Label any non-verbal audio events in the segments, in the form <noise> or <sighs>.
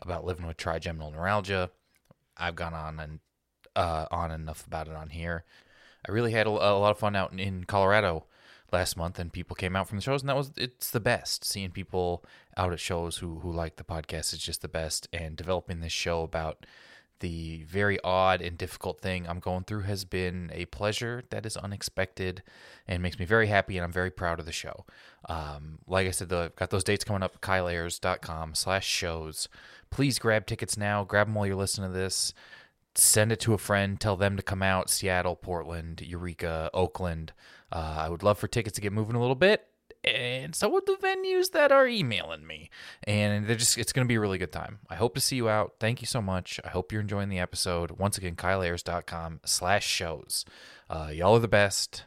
about living with trigeminal neuralgia. I've gone on and uh, on enough about it on here. I really had a, a lot of fun out in, in Colorado last month, and people came out from the shows, and that was it's the best. Seeing people out at shows who who like the podcast is just the best, and developing this show about the very odd and difficult thing I'm going through has been a pleasure that is unexpected and makes me very happy, and I'm very proud of the show. Um, like I said, though, I've got those dates coming up, kyleayers.com slash shows. Please grab tickets now. Grab them while you're listening to this. Send it to a friend. Tell them to come out. Seattle, Portland, Eureka, Oakland. Uh, I would love for tickets to get moving a little bit. And so would the venues that are emailing me. And they're just it's gonna be a really good time. I hope to see you out. Thank you so much. I hope you're enjoying the episode. Once again, kyleayers.com slash shows. Uh, y'all are the best.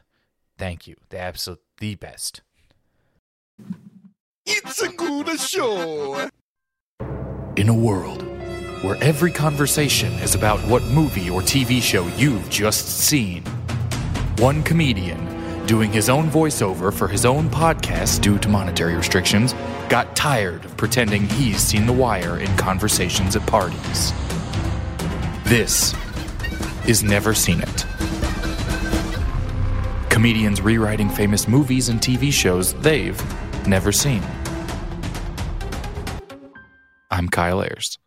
Thank you. The absolute the best. It's a good show. In a world where every conversation is about what movie or TV show you've just seen, one comedian doing his own voiceover for his own podcast due to monetary restrictions got tired of pretending he's seen The Wire in conversations at parties. This is Never Seen It. Comedians rewriting famous movies and TV shows they've never seen. I'm Kyle Ayers.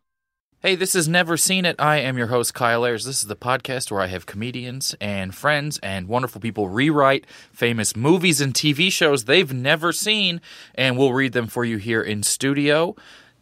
Hey, this is Never Seen It. I am your host, Kyle Ayers. This is the podcast where I have comedians and friends and wonderful people rewrite famous movies and TV shows they've never seen, and we'll read them for you here in studio.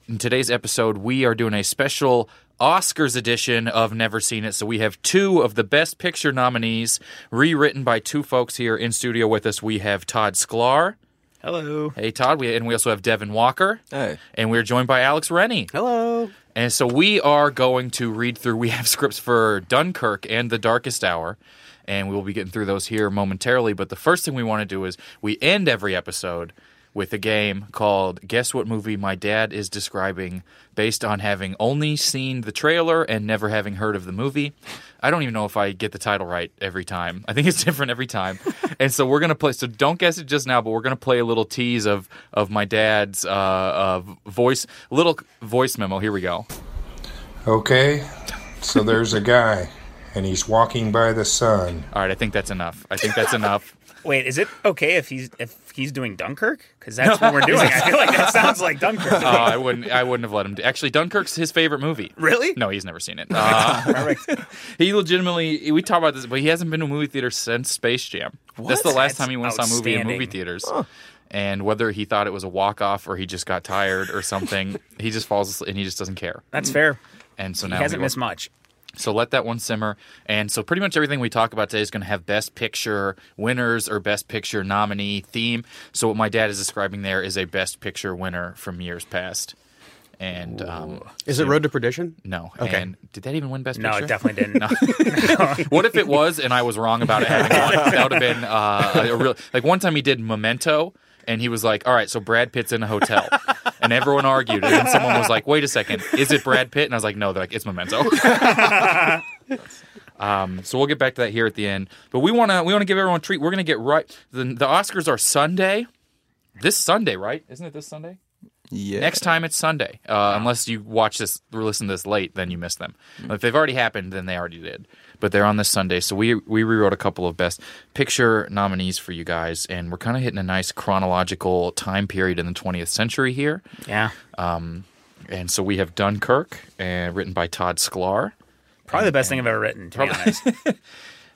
In today's episode, we are doing a special Oscars edition of Never Seen It. So we have two of the Best Picture nominees rewritten by two folks here in studio with us. We have Todd Sklar. Hello. Hey, Todd. We, and we also have Devin Walker. Hey. And we're joined by Alex Rennie. Hello. And so we are going to read through. We have <laughs> scripts for Dunkirk and The Darkest Hour, and we will be getting through those here momentarily. But the first thing we want to do is we end every episode with a game called Guess What Movie My Dad Is Describing, based on having only seen the trailer and never having heard of the movie. I don't even know if I get the title right every time. I think it's <laughs> different every time. and so we're going to play. So don't guess it just now, but we're going to play a little tease of, of my dad's uh, uh, voice, little voice memo. Here we go. Okay, so there's a guy, and he's walking by the sun. All right, I think that's enough. I think that's enough. Wait, is it okay if he's if he's doing Dunkirk? Because that's <laughs> what we're doing. I feel like that sounds like Dunkirk. Uh, I wouldn't. I wouldn't have let him. Do. Actually, Dunkirk's his favorite movie. really? No, he's never <laughs> seen it. Uh, he legitimately. We talk about this, but he hasn't been to a movie theater since Space Jam. That's the last That's time he went and saw a movie in outstanding. movie theaters. And whether he thought it was a walk off or he just got tired or something, he just falls asleep and he just doesn't care. That's fair. And so He now hasn't we- missed much. So let that one simmer. And so pretty much everything we talk about today is going to have best picture winners or best picture nominee theme. So what my dad is describing there is a best picture winner from years past. And um, Is it Road to Perdition? no, Okay. and did that even win best No, picture? it definitely didn't. <laughs> what if it was and I was wrong about it having one? That would have been uh, a real. Like one time he did Memento and he was like, all right, so Brad Pitt's in a hotel. And everyone argued. And then someone was like, wait a second, is it Brad Pitt? And I was like, no, they're like, it's <laughs> Memento. Um, so we'll get back to that here at the end, but we want to we want to give everyone a treat. We're gonna get right. The, the Oscars are Sunday, this Sunday, right? Isn't it this Sunday? Yeah. Next time it's Sunday, uh, unless you watch this or listen to this late, then you miss them. If they've already happened, then they already did. But they're on this Sunday, so we we rewrote a couple of best picture nominees for you guys, and we're kind of hitting a nice chronological time period in the 20th century here. yeah. And so we have Dunkirk, uh, written by Todd Sklar. Probably the best thing I've ever written. To be honest.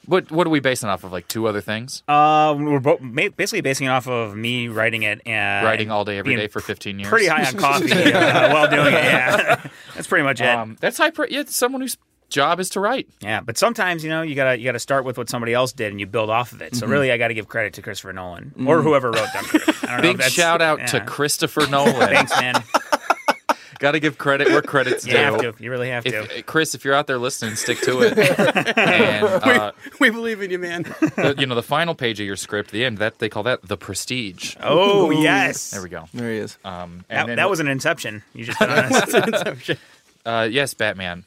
What what are we basing off of? Like two other <laughs> things? Uh, we're both ma- basically basing it off of me writing it and Writing all day, every being day for 15 years. <laughs> Pretty high on coffee uh, while doing it. Yeah, that's pretty much it. Um, that's high. Pre- yeah, it's someone whose job is to write. yeah, but sometimes you know you gotta you gotta start with what somebody else did and you build off of it. Mm-hmm. So really, I gotta give credit to Christopher Nolan or whoever wrote Dunkirk. I don't know if Big Oh, that's- shout out to <laughs> yeah. Christopher Nolan. Thanks, man. Got to give credit where <laughs> credit's You due. have to. You really have to. If, uh, Chris, if you're out there listening, stick to <laughs> it. and uh, We believe in you, man. the, you know the final page of your script, the end. That they call that the prestige. oh yes, There we go. There he is. Uh, Um, and That, then- that was an inception. <laughs> You just been honest. Uh, yes, <laughs> Batman.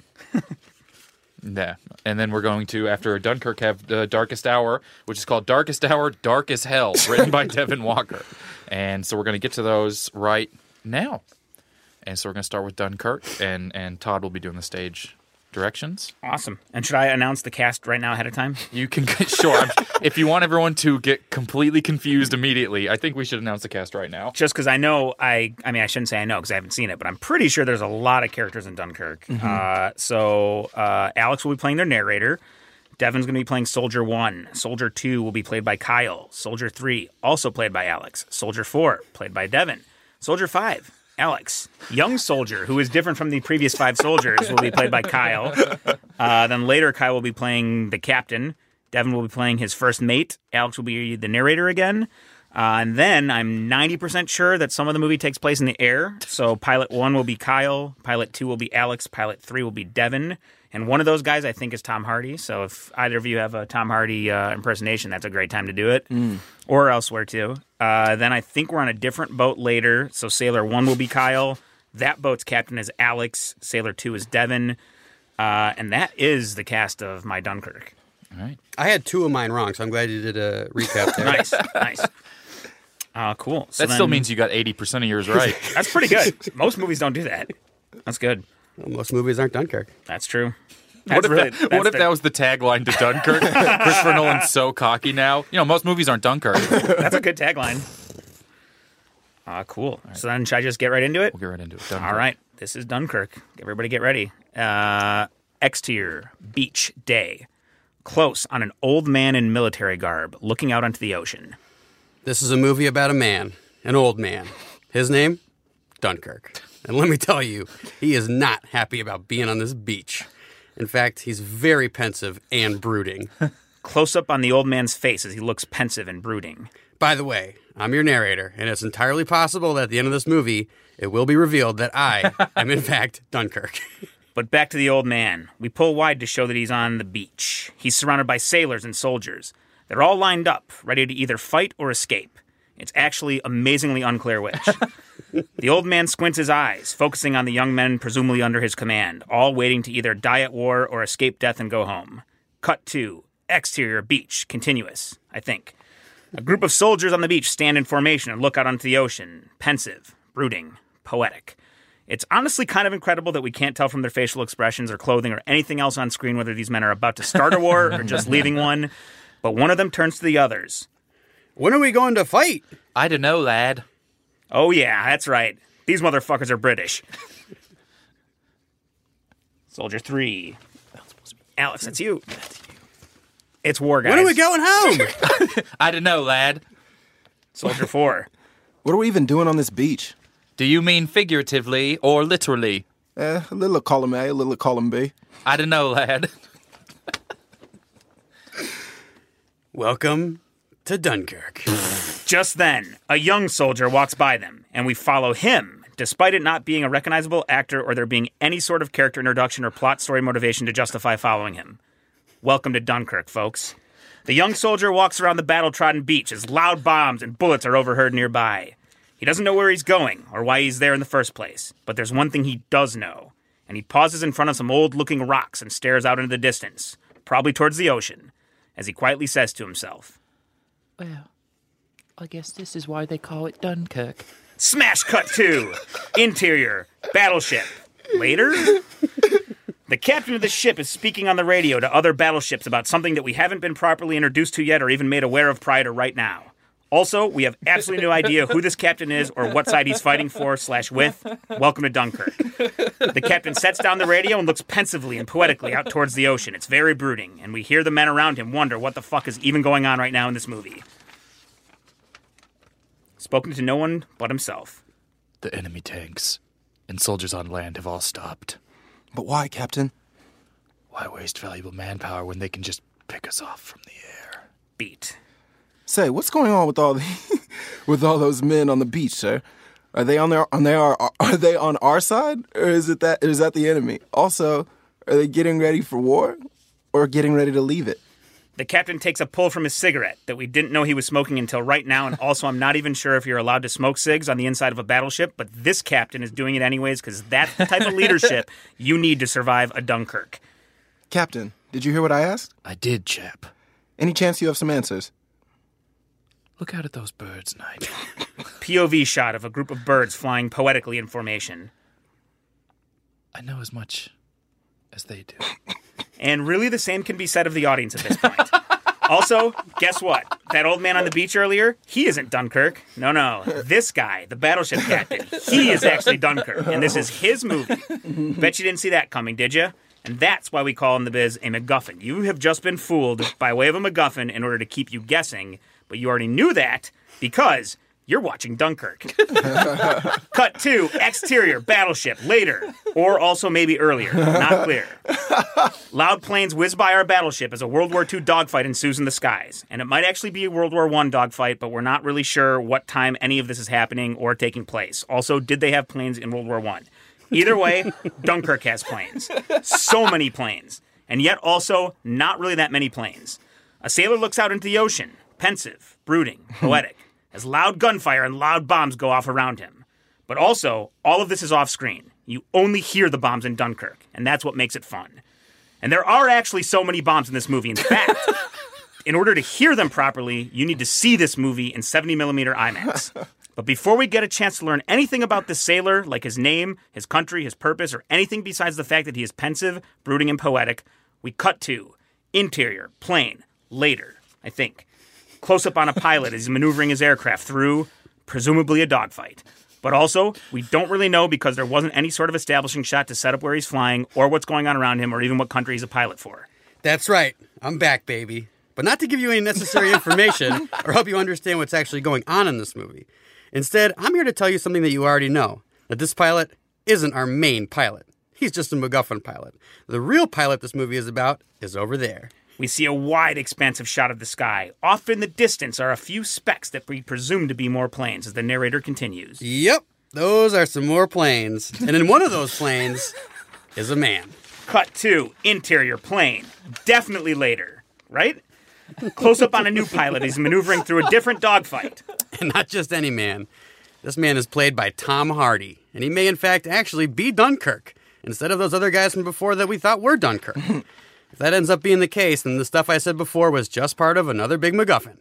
yeah, and then we're going to after Dunkirk have the Darkest Hour, which is called Darkest Hour, Dark as <laughs> Hell, written by Devin Walker, and so we're going to get to those right now, and so we're going to start with Dunkirk, and and Todd will be doing the stage directions. awesome. And should I announce the cast right now ahead of time? You can <laughs> sure I'm, if you want everyone to get completely confused immediately. I think we should announce the cast right now. Just because I know I, I mean I shouldn't say I know because I haven't seen it, but I'm pretty sure there's a lot of characters in Dunkirk. Mm-hmm. Uh, so uh, Alex will be playing their narrator. Devin's going to be playing Soldier One. Soldier Two will be played by Kyle. Soldier Three also played by Alex. Soldier Four played by Devin. Soldier Five. Alex, young soldier who is different from the previous five soldiers, will be played by Kyle. Uh, then later, Kyle will be playing the captain. Devin will be playing his first mate. Alex will be the narrator again. Uh, and then I'm 90% sure that some of the movie takes place in the air. So pilot one will be Kyle, pilot two will be Alex, pilot three will be Devin. And one of those guys I think is Tom Hardy. So if either of you have a Tom Hardy uh, impersonation, that's a great time to do it or elsewhere too. Uh, then I think we're on a different boat later. So Sailor One will be Kyle. That boat's captain is Alex. Sailor Two is Devin. Uh, and that is the cast of my Dunkirk. I had two of mine wrong, so I'm glad you did a recap <laughs> there. Nice, nice. Uh, cool. So That still then- means you got eighty percent of yours <laughs> right. that's <laughs> pretty good. Most movies don't do that. That's good. Well, most movies aren't Dunkirk. That's true. What That's if, really- that, that's what if the- that was the tagline to <laughs> Dunkirk? Christopher Nolan's so cocky now. You know, most movies aren't <laughs> Dunkirk. We'll that's a good tagline? Uh, cool. So then, should I just get right into it? get right into it. Dunkirk. All right, this is Dunkirk. Everybody get ready. Uh, exterior, beach, day. Close on an old man in military garb looking out onto the ocean. This is a movie about a man, an old man. His name? Dunkirk. And let me tell you, he is not happy about being on this beach. In fact, he's very pensive and <laughs> brooding. Close up on the old man's face as he looks pensive and brooding. By the way, I'm your narrator, and it's entirely possible that at the end of this movie, it will be revealed that <laughs> I am, in fact, Dunkirk. <laughs> But back to the old man. We pull wide to show that he's on the beach. He's surrounded by sailors and soldiers. They're all lined up, ready to either fight or escape. It's actually amazingly unclear which. the old man squints his eyes, focusing on the young men presumably under his command, all waiting to either die at war or escape death and go home. Cut to exterior beach, continuous, I think. A group of soldiers on the beach stand in formation and look out onto the ocean, pensive, brooding, poetic. It's honestly kind of incredible that we can't tell from their facial expressions or clothing or anything else on screen whether these men are about to start a war or just leaving one. But one of them turns to the others. when are we going to fight? I don't know, lad. Oh, yeah, that's right. These motherfuckers are British. Soldier three. Alex, that's you. It's war, guys. When are we going <laughs> home? I don't know, lad. Soldier four. What are we even doing on this beach? Do you mean figuratively or literally? Eh, a little of column A, a little of column B. I don't know, lad. Welcome to Dunkirk. Just then, a young soldier walks by them, and we follow him, despite it not being a recognizable actor or there being any sort of character introduction or plot story motivation to justify following him. Welcome to Dunkirk, folks. The young soldier walks around the battle trodden beach as loud bombs and bullets are overheard nearby. He doesn't know where he's going or why he's there in the first place, but there's one thing he does know, and he pauses in front of some old looking rocks and stares out into the distance, probably towards the ocean, as he quietly says to himself, Well, I guess this is why they call it Dunkirk. Smash cut two. Interior. Battleship. Later? The captain of the ship is speaking on the radio to other battleships about something that we haven't been properly introduced to yet or even made aware of prior to right now. Also, we have absolutely no idea who this captain is or what side he's fighting for slash with. Welcome to Dunkirk. The captain sets down the radio and looks pensively and poetically out towards the ocean. It's very brooding, and we hear the men around him wonder what the fuck is even going on right now in this movie. Spoken to no one but himself. The enemy tanks and soldiers on land have all stopped. But why, Captain? Why waste valuable manpower when they can just pick us off from the air? Beat. <laughs> Say, what's going on with all the, with all those men on the beach, sir? Are they on their on they are are they on our side or is it that is that the enemy? Also, are they getting ready for war or getting ready to leave it? The captain takes a pull from his cigarette that we didn't know he was smoking until right now, and also I'm not even sure if you're allowed to smoke cigs on the inside of a battleship, but this captain is doing it anyways because that's the type of leadership you need to survive a Dunkirk. Captain, did you hear what I asked? I did, chap. Any chance you have some answers? Look out at those birds, Nigel. POV shot of a group of birds flying poetically in formation. I know as much as they <laughs> do. And really, the same can be said of the audience at this point. also, guess what? That old man on the beach earlier, he isn't Dunkirk. No, no. This guy, the battleship captain, he is actually Dunkirk. And this is his movie. Bet you didn't see that coming, did you? And that's why we call in the biz a MacGuffin. You have just been fooled by way of a MacGuffin in order to keep you guessing, but you already knew that because you're watching Dunkirk. Cut two, exterior, battleship, later, or also maybe earlier. Not clear. Loud planes whiz by our battleship as a World War II dogfight ensues in the skies. And it might actually be a World War I dogfight, but we're not really sure what time any of this is happening or taking place. Also, did they have planes in World War I? Either way, Dunkirk has planes. So many planes. And yet also not really that many planes. A sailor looks out into the ocean, pensive, brooding, poetic, as loud gunfire and loud bombs go off around him. But also, all of this is off screen. You only hear the bombs in Dunkirk, and that's what makes it fun. And there are actually so many bombs in this movie. In fact, in order to hear them properly, you need to see this movie in 70 millimeter IMAX. But before we get a chance to learn anything about this sailor, like his name, his country, his purpose, or anything besides the fact that he is pensive, brooding, and poetic, we cut to interior, plane, later, I think. Close up on a pilot as he's maneuvering his aircraft through, presumably, a dogfight. But also, we don't really know because there wasn't any sort of establishing shot to set up where he's flying or what's going on around him or even what country he's a pilot for. That's right. I'm back, baby. But not to give you any necessary information or help you understand what's actually going on in this movie. Instead, I'm here to tell you something that you already know that this pilot isn't our main pilot. He's just a MacGuffin pilot. The real pilot this movie is about is over there. We see a wide expansive shot of the sky. Off in the distance are a few specks that we presume to be more planes as the narrator continues. Yep, those are some more planes. And in one of those planes is a man. Cut to interior plane. Definitely later, right? Close up on a new pilot as he's maneuvering through a different dogfight. And <laughs> not just any man. This man is played by Tom Hardy, and he may, in fact, actually be Dunkirk instead of those other guys from before that we thought were Dunkirk. if that ends up being the case, then the stuff I said before was just part of another big MacGuffin.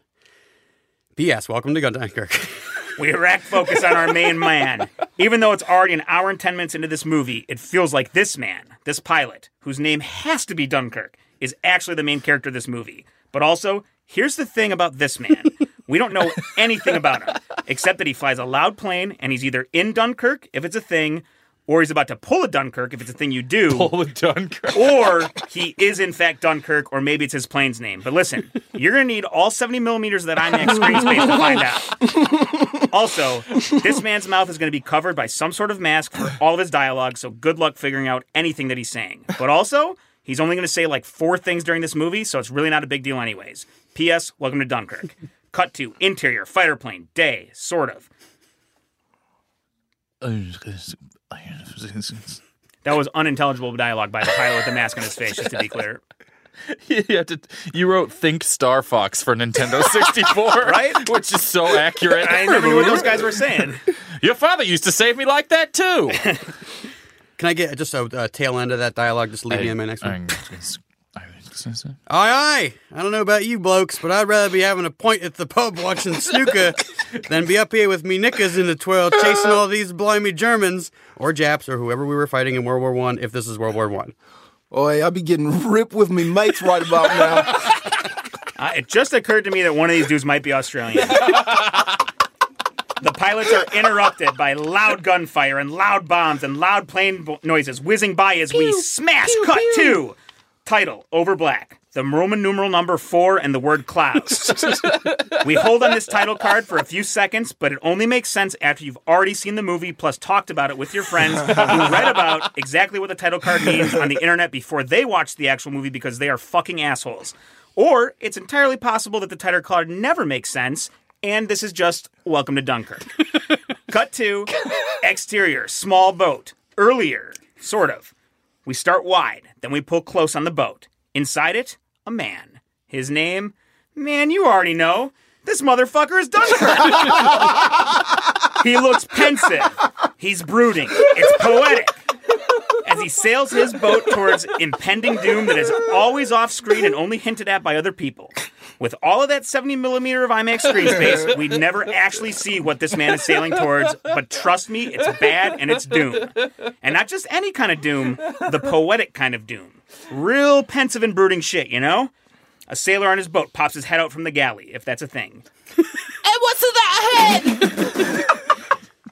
P.S. Welcome to Gun Dunkirk. <laughs> We rack focus on our main man. Even though it's already an hour and 10 minutes into this movie, it feels like this man, this pilot, whose name has to be Dunkirk, is actually the main character of this movie. But also, here's the thing about this man we don't know anything about him, except that he flies a loud plane and he's either in Dunkirk, if it's a thing, or he's about to pull a Dunkirk, if it's a thing you do Pull <laughs> a Dunkirk. or he is in fact Dunkirk, or maybe it's his plane's name. But listen, you're gonna need all 70 millimeters of that IMAX screen space to find out. Also, this man's mouth is gonna be covered by some sort of mask for all of his dialogue, so good luck figuring out anything that he's saying. But also, he's only gonna say like four things during this movie, so it's really not a big deal, anyways. P.S. Welcome to Dunkirk. Cut to interior fighter plane day, sort of. That was unintelligible dialogue by the pilot with the mask on his face, just to be clear. you, had to, you wrote Think Star Fox <laughs> for Nintendo 64, right? <laughs> Which is so accurate. I never knew what those guys were saying. Your father used to save me like <laughs> that too. Can I get just a, a tail end of that dialogue? Just leave me in my next one. <laughs> Aye, aye. I don't know about you blokes, but I'd rather be having a point at the pub watching snooker than be up here with me knickers in the twirl chasing all these blimey Germans or Japs or whoever we were fighting in World War One. If this is World War One, Oi, I'll be getting <laughs> ripped with me mates right about <laughs> now. Uh, it just occurred to me that one of these dudes might be Australian. the pilots are interrupted by loud gunfire and loud bombs and loud plane bo- noises whizzing by as we smash cut two. Title Over Black. The Roman numeral number four and the word clouds. we hold on this title card for a few seconds, but it only makes sense after you've already seen the movie plus talked about it with your friends who read about exactly what the title card means on the internet before they watched the actual movie because they are fucking assholes. Or it's entirely possible that the title card never makes sense and this is just Welcome to Dunkirk. Cut to exterior, small boat. Earlier, sort of. We start wide, then we pull close on the boat. Inside it, a man. His name, man, you already know. This motherfucker is Dunkirk. <laughs> he looks pensive. He's brooding. It's poetic. As he sails his boat towards impending doom that is always off screen and only hinted at by other people. With all of that 70 millimeter of IMAX screen space, we never actually see what this man is sailing towards, but trust me, it's bad and it's doom. And not just any kind of doom, the poetic kind of doom. Real pensive and brooding shit, you know? A sailor on his boat pops his head out from the galley, if that's a thing.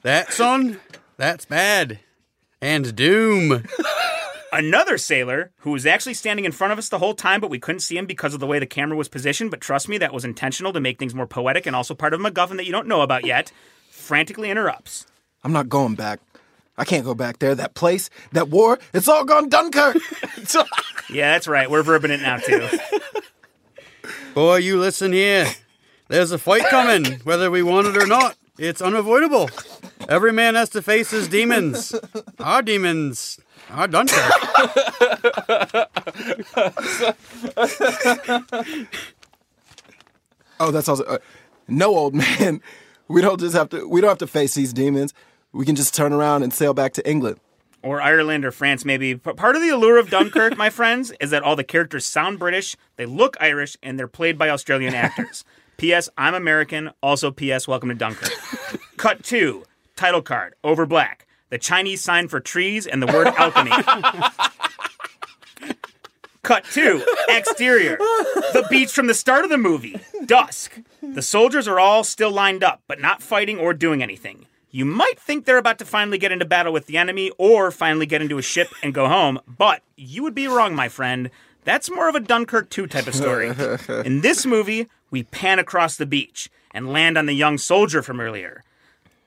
That, son, that's bad. And doom. Another sailor who was actually standing in front of us the whole time, but we couldn't see him because of the way the camera was positioned. But trust me, that was intentional to make things more poetic and also part of a MacGuffin that you don't know about yet. Frantically interrupts. I'm not going back. I can't go back there. That place, that war, it's all gone Dunkirk. Yeah, that's right. We're verbing it now too. Boy, you listen here. There's a fight coming, whether we want it or not. It's unavoidable. Every man has to face his demons. Our demons are Dunkirk. oh, that's also uh, no old <laughs> man. We don't just have to. We don't have to face these demons. We can just turn around and sail back to England. or Ireland or France, maybe. But part of the allure of Dunkirk, my <laughs> friends, is that all the characters sound British, they look Irish, and they're played by Australian actors. P.S. I'm American. Also, P.S. Welcome to Dunkirk. Cut two. Title card over black. The Chinese sign for trees and the word alchemy. Cut two. Exterior. The beach from the start of the movie. Dusk. The soldiers are all still lined up, but not fighting or doing anything. You might think they're about to finally get into battle with the enemy or finally get into a ship and go home, but you would be wrong, my friend. That's more of a Dunkirk 2 type of story. In this movie, we pan across the beach and land on the young soldier from earlier.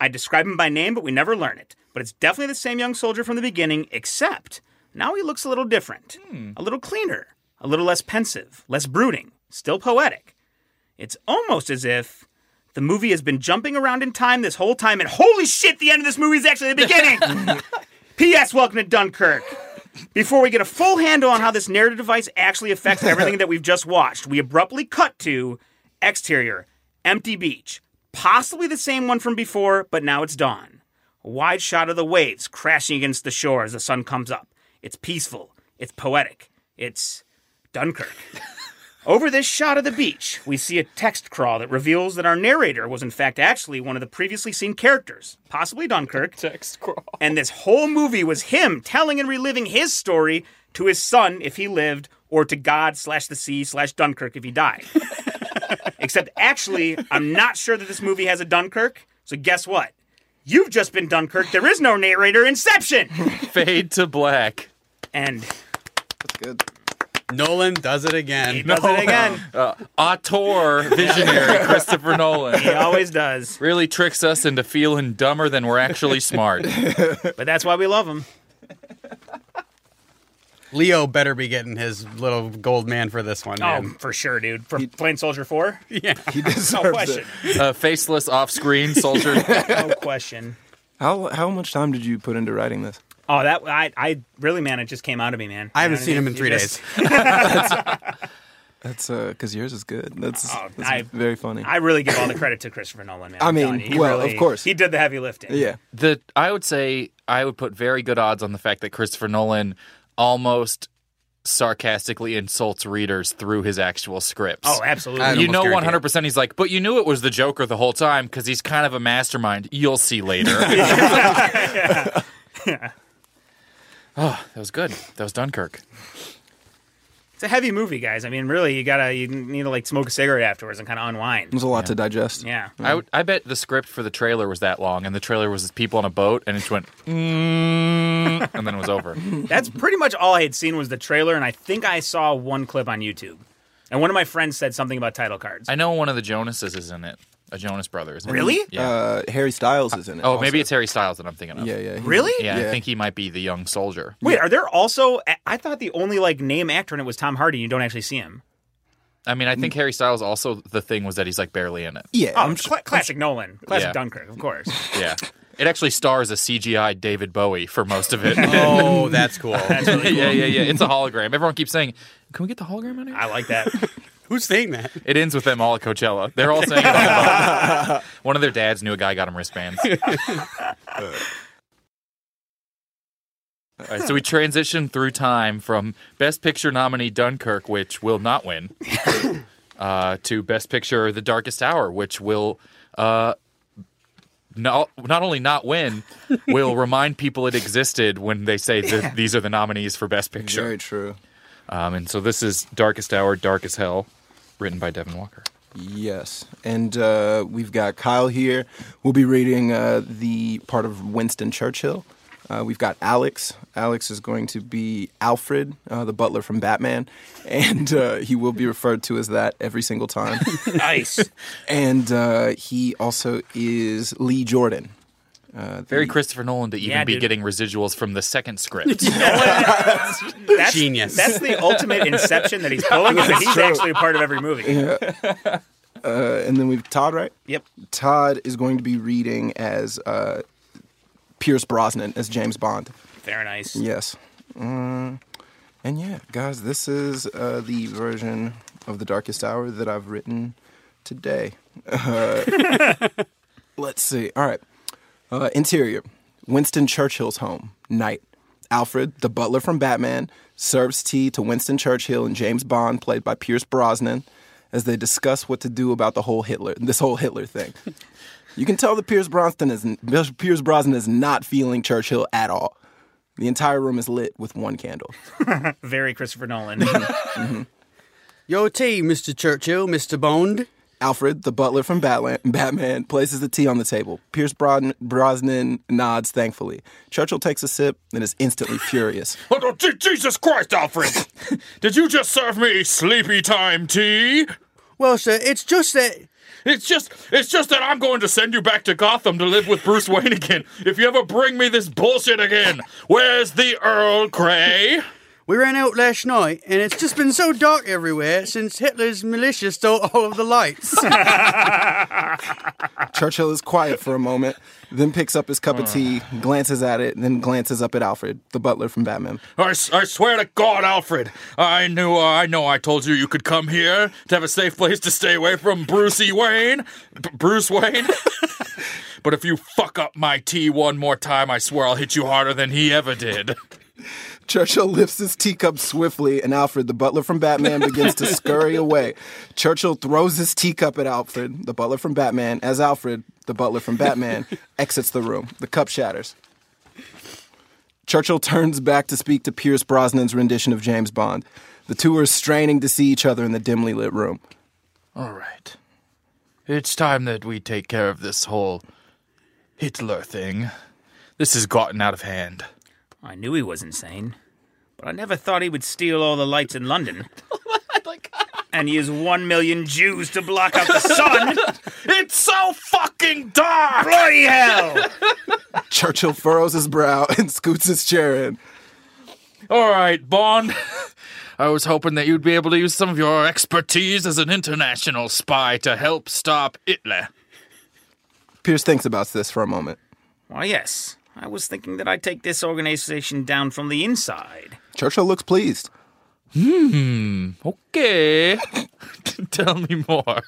I describe him by name, but we never learn it. But it's definitely the same young soldier from the beginning, except now he looks a little different, a little cleaner, a little less pensive, less brooding, still poetic. It's almost as if the movie has been jumping around in time this whole time, and holy shit, the end of this movie is actually the beginning! P.S. Welcome to Dunkirk. Before we get a full handle on how this narrative device actually affects everything that we've just watched, we abruptly cut to exterior, empty beach, possibly the same one from before, but now it's dawn. A wide shot of the waves crashing against the shore as the sun comes up. It's peaceful, it's poetic, it's <laughs> Dunkirk. Over this shot of the beach, we see a text crawl that reveals that our narrator was, in fact, actually one of the previously seen characters, possibly <laughs> Dunkirk. Text crawl. And this whole movie was him telling and reliving his story to his son if he lived, or to God slash the sea slash Dunkirk if <laughs> he died. Except, actually, I'm not sure that this movie has a Dunkirk. So, guess what? You've just been Dunkirk. There is no narrator. Inception! Fade to black. And Good. Nolan does it he again. does it again. Uh, <laughs> auteur visionary Christopher Nolan. <laughs> He always does. Really tricks us into feeling dumber than we're actually smart. But that's why we love him. Leo better be getting his little gold man for this one. Oh, man. for sure, dude. For playing Soldier 4? He <laughs> No deserves question. it. Uh, faceless off <laughs> screen soldier. No question. How how much time did you put into writing this? Oh, that I, I really, man, it just came out of me, man. I You know haven't what seen him mean? in three You just- days. That's uh, because yours is good. That's, Oh, that's I- very funny. I really give all the credit to Christopher Nolan, man. I I'm mean, telling you, he well, of really- course. he did the heavy lifting. yeah. the I would say I would put very good odds on the fact that Christopher Nolan almost sarcastically insults readers through his actual scripts. Oh, absolutely. I- I'd you know almost 100% he's like, "But you knew it was the Joker the whole time cuz he's kind of a mastermind. You'll see <laughs> later." <sighs> Oh, that was good. That was Dunkirk. it's a heavy movie, guys. I mean, really, you gotta, you need to like smoke a cigarette afterwards and kind of unwind. There's a lot to digest. Yeah. I, would- I bet the script for the trailer was that long, and the trailer was people on a boat, and it just went, mm, and then it was over. That's pretty much all I had seen was the trailer, and I think I saw one clip on YouTube. And one of my friends said something about title cards. I know one of the Jonases is in it, a Jonas Brothers. Really? Yeah. Uh, Harry Styles is in it. oh, maybe it's Harry Styles that I'm thinking of. Yeah, yeah. he- Really? Yeah, Yeah. I think he might be the young soldier. Wait, are there also? I- I thought the only like name actor in it was Tom Hardy. You don't actually see him. I mean, I think Harry Styles also the thing was that he's like barely in it. Yeah. Oh, I'm cla- classic Nolan, classic Yeah. Dunkirk, of course. Yeah. It actually stars a CGI David Bowie for most of it. Oh, <laughs> that's <laughs> cool. yeah, yeah, yeah. It's a hologram. Everyone keeps saying, "Can we get the hologram out of here?" I like <laughs> that. Who's saying that? It ends with them all at Coachella. They're all saying, it on the phone. "One of their dads knew a guy got him wristbands." all right, so we transition through time from Best Picture nominee Dunkirk, which will not win, <coughs> uh, to Best Picture The Darkest Hour, which will. Uh, no, not only not win, will remind people it existed when they say that these are the nominees for Best Picture. Very true. Um, and so this is Darkest Hour, Dark as Hell, written by Devin Walker. Yes. And uh, we've got Kyle here. We'll be reading uh, the part of Winston Churchill. Uh, we've got Alex. Alex is going to be Alfred, uh, the butler from Batman, and uh, he will be referred to as that every single time. Nice. and uh, he also is Lee Jordan. Uh, Very Christopher Nolan to even Yeah, be dude. getting residuals from the second script. That's, Genius. <laughs> That's the ultimate inception that he's pulling. Is that he's actually a part of every movie. uh, and then we've Todd, right? Yep. Todd is going to be reading as uh, Pierce Brosnan as James Bond. Very nice. Yes. Mm, and yeah, guys, this is uh, the version of The Darkest Hour that I've written today. Uh, <laughs> let's see. All right. Uh, interior Winston Churchill's home, night. Alfred, the butler from Batman, serves tea to Winston Churchill and James Bond, played by Pierce Brosnan, as they discuss what to do about the whole Hitler, this whole Hitler thing. you can tell that Pierce Brosnan is Pierce Brosnan is not feeling Churchill at all. The entire room is lit with one candle. Very Christopher Nolan. <laughs> Yo, tea, Mr. Churchill, Mr. Bond. Alfred, the butler from Batman, <laughs> Batman places the tea on the table. Pierce Brod- Brosnan nods thankfully. Churchill takes a sip and is instantly furious. oh, Je- <laughs> Jesus Christ, Alfred! <laughs> Did you just serve me sleepy time tea? Well, sir, it's just that. It's just, it's just that I'm going to send you back to Gotham to live with Bruce Wayne again. If you ever bring me this bullshit again, where's the Earl Grey? We ran out last night, and it's just been so dark everywhere since Hitler's militia stole all of the <laughs> lights. Churchill is quiet for a moment, then picks up his cup of tea, glances at it, then glances up at Alfred, the butler from Batman. I, s- I swear to God, Alfred, I knew, I know I told you you could come here to have a safe place to stay away from Brucey Wayne. B- Bruce Wayne? <laughs> but if you fuck up my tea one more time, I swear I'll hit you harder than he ever did. Churchill lifts his teacup swiftly, and Alfred, the butler from Batman, begins to scurry away. Churchill throws his teacup at Alfred, the butler from Batman, as Alfred, the butler from Batman, exits the room. The cup shatters. Churchill turns back to speak to Pierce Brosnan's rendition of James Bond. The two are straining to see each other in the dimly lit room. <laughs> All right. It's time that we take care of this whole Hitler thing. This has gotten out of hand. I knew he was insane, but I never thought he would steal all the lights in London. and use one million Jews to block out the sun. It's so fucking dark! Bloody hell! Churchill furrows his brow <laughs> and scoots his chair in. All right, Bond. <laughs> I was hoping that you'd be able to use some of your expertise as an international spy to help stop Hitler. Pierce thinks about this for a moment. Why, yes. I was thinking that I'd take this organization down from the inside. Churchill looks pleased. Okay. <laughs> Tell me more.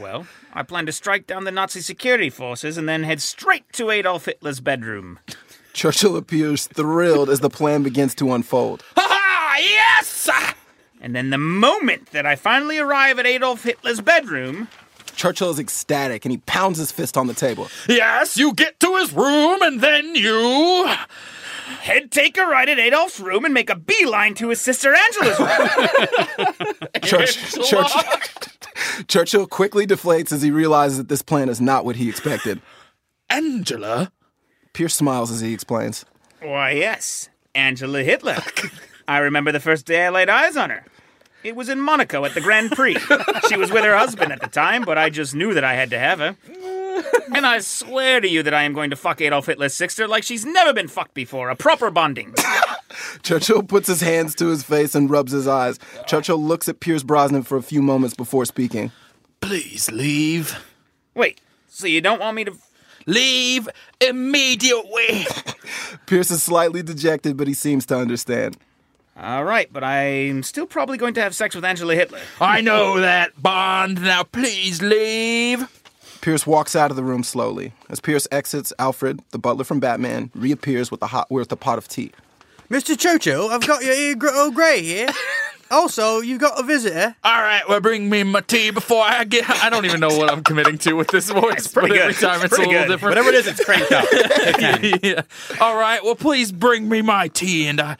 Well, I plan to strike down the Nazi security forces and then head straight to Adolf Hitler's bedroom. Churchill appears thrilled as the plan begins to unfold. Ah, yes! And then the moment that I finally arrive at Adolf Hitler's bedroom, Churchill is ecstatic and he pounds his fist on the table. Yes, you get to his room and then you. head take a right at Adolf's room and make a beeline to his sister Angela's room. Church, Church, Churchill quickly deflates as he realizes that this plan is not what he expected. Angela? Pierce smiles as he explains. Why, yes, Angela <laughs> Hitler. I remember the first day I laid eyes on her. It was in Monaco at the Grand Prix. She was with her husband at the time, but I just knew that I had to have her. And I swear to you that I am going to fuck Adolf Hitler's sister like she's never been fucked before. A proper bonding. Churchill puts his hands to his face and rubs his eyes. Churchill looks at Pierce Brosnan for a few moments before speaking. Please leave. Wait, so you don't want me to Leave immediately. Pierce is slightly dejected, but he seems to understand. All right, but I'm still probably going to have sex with Angela Hitler. I know that, Bond. Now please leave. Pierce walks out of the room slowly. As Pierce exits, Alfred, the butler from Batman, reappears with a hot with a pot of tea. Mr. Churchill, I've got your ear gr- Earl Grey here. Also, you've got a visitor. All right, well, bring me my tea before I get. I don't even know what I'm committing to with this voice, <laughs> pretty but every good. time It's it's, a pretty little good. different. Whatever it is, it's cranked <laughs> up. yeah. All right, well, please bring me my tea and I,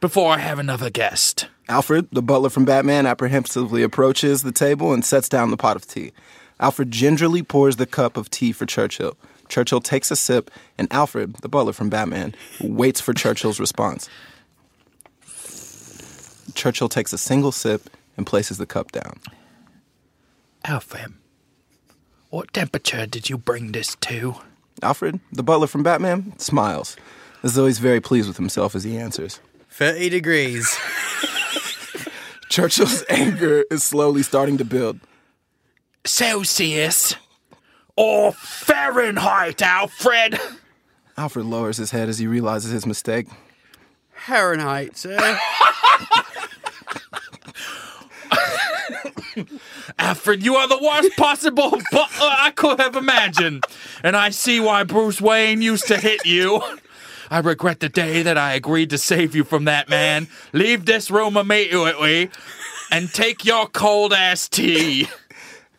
before I have another guest. Alfred, the butler from Batman, apprehensively approaches the table and sets down the pot of tea. Alfred gingerly pours the cup of tea for Churchill. Churchill takes a sip, and Alfred, the butler from Batman, waits for Churchill's response. Churchill takes a single sip and places the cup down. Alfred, what temperature did you bring this to? Alfred, the butler from Batman, smiles, as though he's very pleased with himself as he answers. 30 degrees. Churchill's <laughs> anger is slowly starting to build. Celsius or Fahrenheit, Alfred? Alfred lowers his head as he realizes his mistake. Fahrenheit, sir. Alfred, you are the worst <laughs> possible butler I could have imagined. And I see why Bruce Wayne used to hit you. I regret the day that I agreed to save you from that man. Leave this room immediately and take your cold ass tea.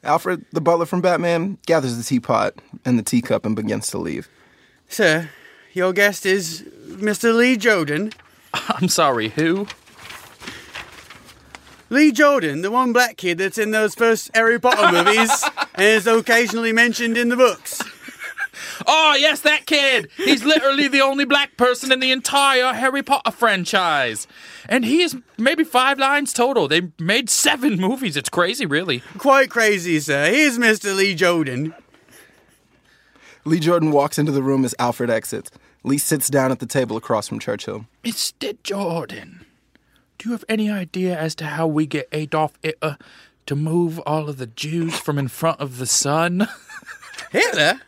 Alfred, the butler from Batman, gathers the teapot and the teacup and begins to leave. Sir, your guest is Mr. Lee Jordan. I'm sorry, who? Lee Jordan, the one black kid that's in those first Harry <laughs> Potter movies and is occasionally mentioned in the books. Oh, yes, that kid. He's literally the only black person in the entire Harry Potter franchise. And he is maybe five lines total. They made seven movies. It's crazy, really. Quite crazy, sir. Here's Mr. Lee Jordan. Lee Jordan walks into the room as Alfred exits. Lee sits down at the table across from Churchill. Mr. Jordan, do you have any idea as to how we get Adolf Hitler to move all of the Jews from in front of the sun? <laughs> Hitler?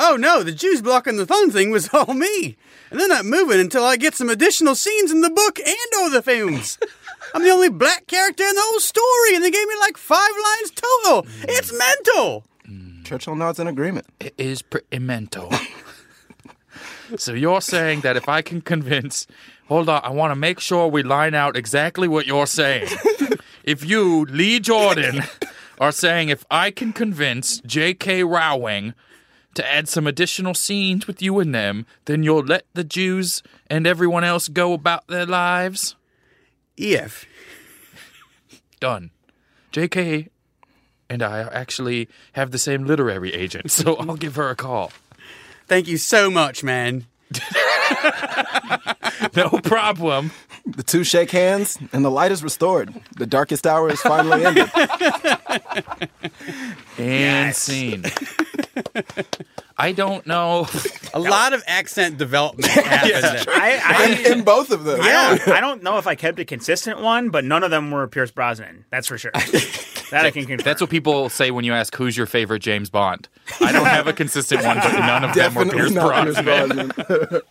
Oh no, the Jews blocking the fun thing was <laughs> all me. And they're not moving until I get some additional scenes in the book and or the films. I'm the only black character in the whole story, and they gave me like five lines total. It's mental. Churchill nods in agreement. It is pretty mental. so you're saying that if I can convince, hold on, I want to make sure we line out exactly what you're saying. if you, Lee Jordan, are saying if I can convince J.K. Rowling to add some additional scenes with you and them, then you'll let the Jews and everyone else go about their lives? If Done. J.K. and I actually have the same literary agent, <laughs> so I'll give her a call. Thank you so much, man. No problem. The two shake hands, and the light is restored. The darkest hour is <laughs> finally ended. And scene. I don't know. A lot of <laughs> accent development happened. I, I, in both of them. I, don't, I don't know if I kept a consistent one, but none of them were Pierce Brosnan. That's for <laughs> sure. That I can confirm. That's what people say when you ask who's your favorite James Bond. I don't have a consistent one, but none of them were Pierce Definitely not Brosnan. Pierce Brosnan.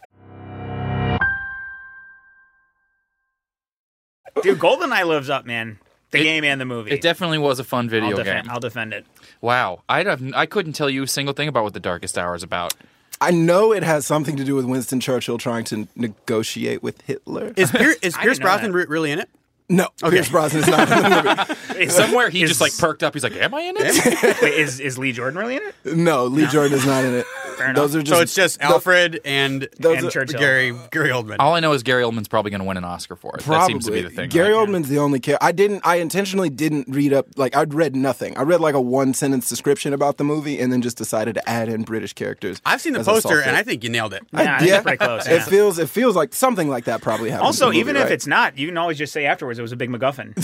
Dude, GoldenEye lives up, man. The game and the movie. It definitely was a fun I'll video defend, game. I'll defend it. Wow, I have I couldn't tell you a single thing about what the Darkest Hour is about. I know it has something to do with Winston Churchill trying to negotiate with Hitler. Is, Pier- is I Pierce didn't know Brosnan re- really in it? no, Pierce Brosnan is not in the <laughs> movie. Somewhere <laughs> he just like perked up. He's like, "Am I in it?" Wait, is, is Lee Jordan really in it? No, Lee Jordan is not in it. enough. Those are just So it's just Alfred and, Those And are- Churchill. Gary Gary Oldman. Oh, All I know is Gary Oldman's probably going to win an Oscar for it. That seems to be the thing. Gary right? Oldman's the only character. I didn't. I intentionally didn't read up. Like I'd read nothing. I read like a one sentence description about the movie, and then just decided to add in British characters. I've seen the as I saw poster, and I fit. think you nailed it. Yeah, <laughs> I think yeah. pretty close. it yeah. feels it feels like something like that probably happened. Also, even if it's not, you can always just say afterwards it was a big <laughs> MacGuffin.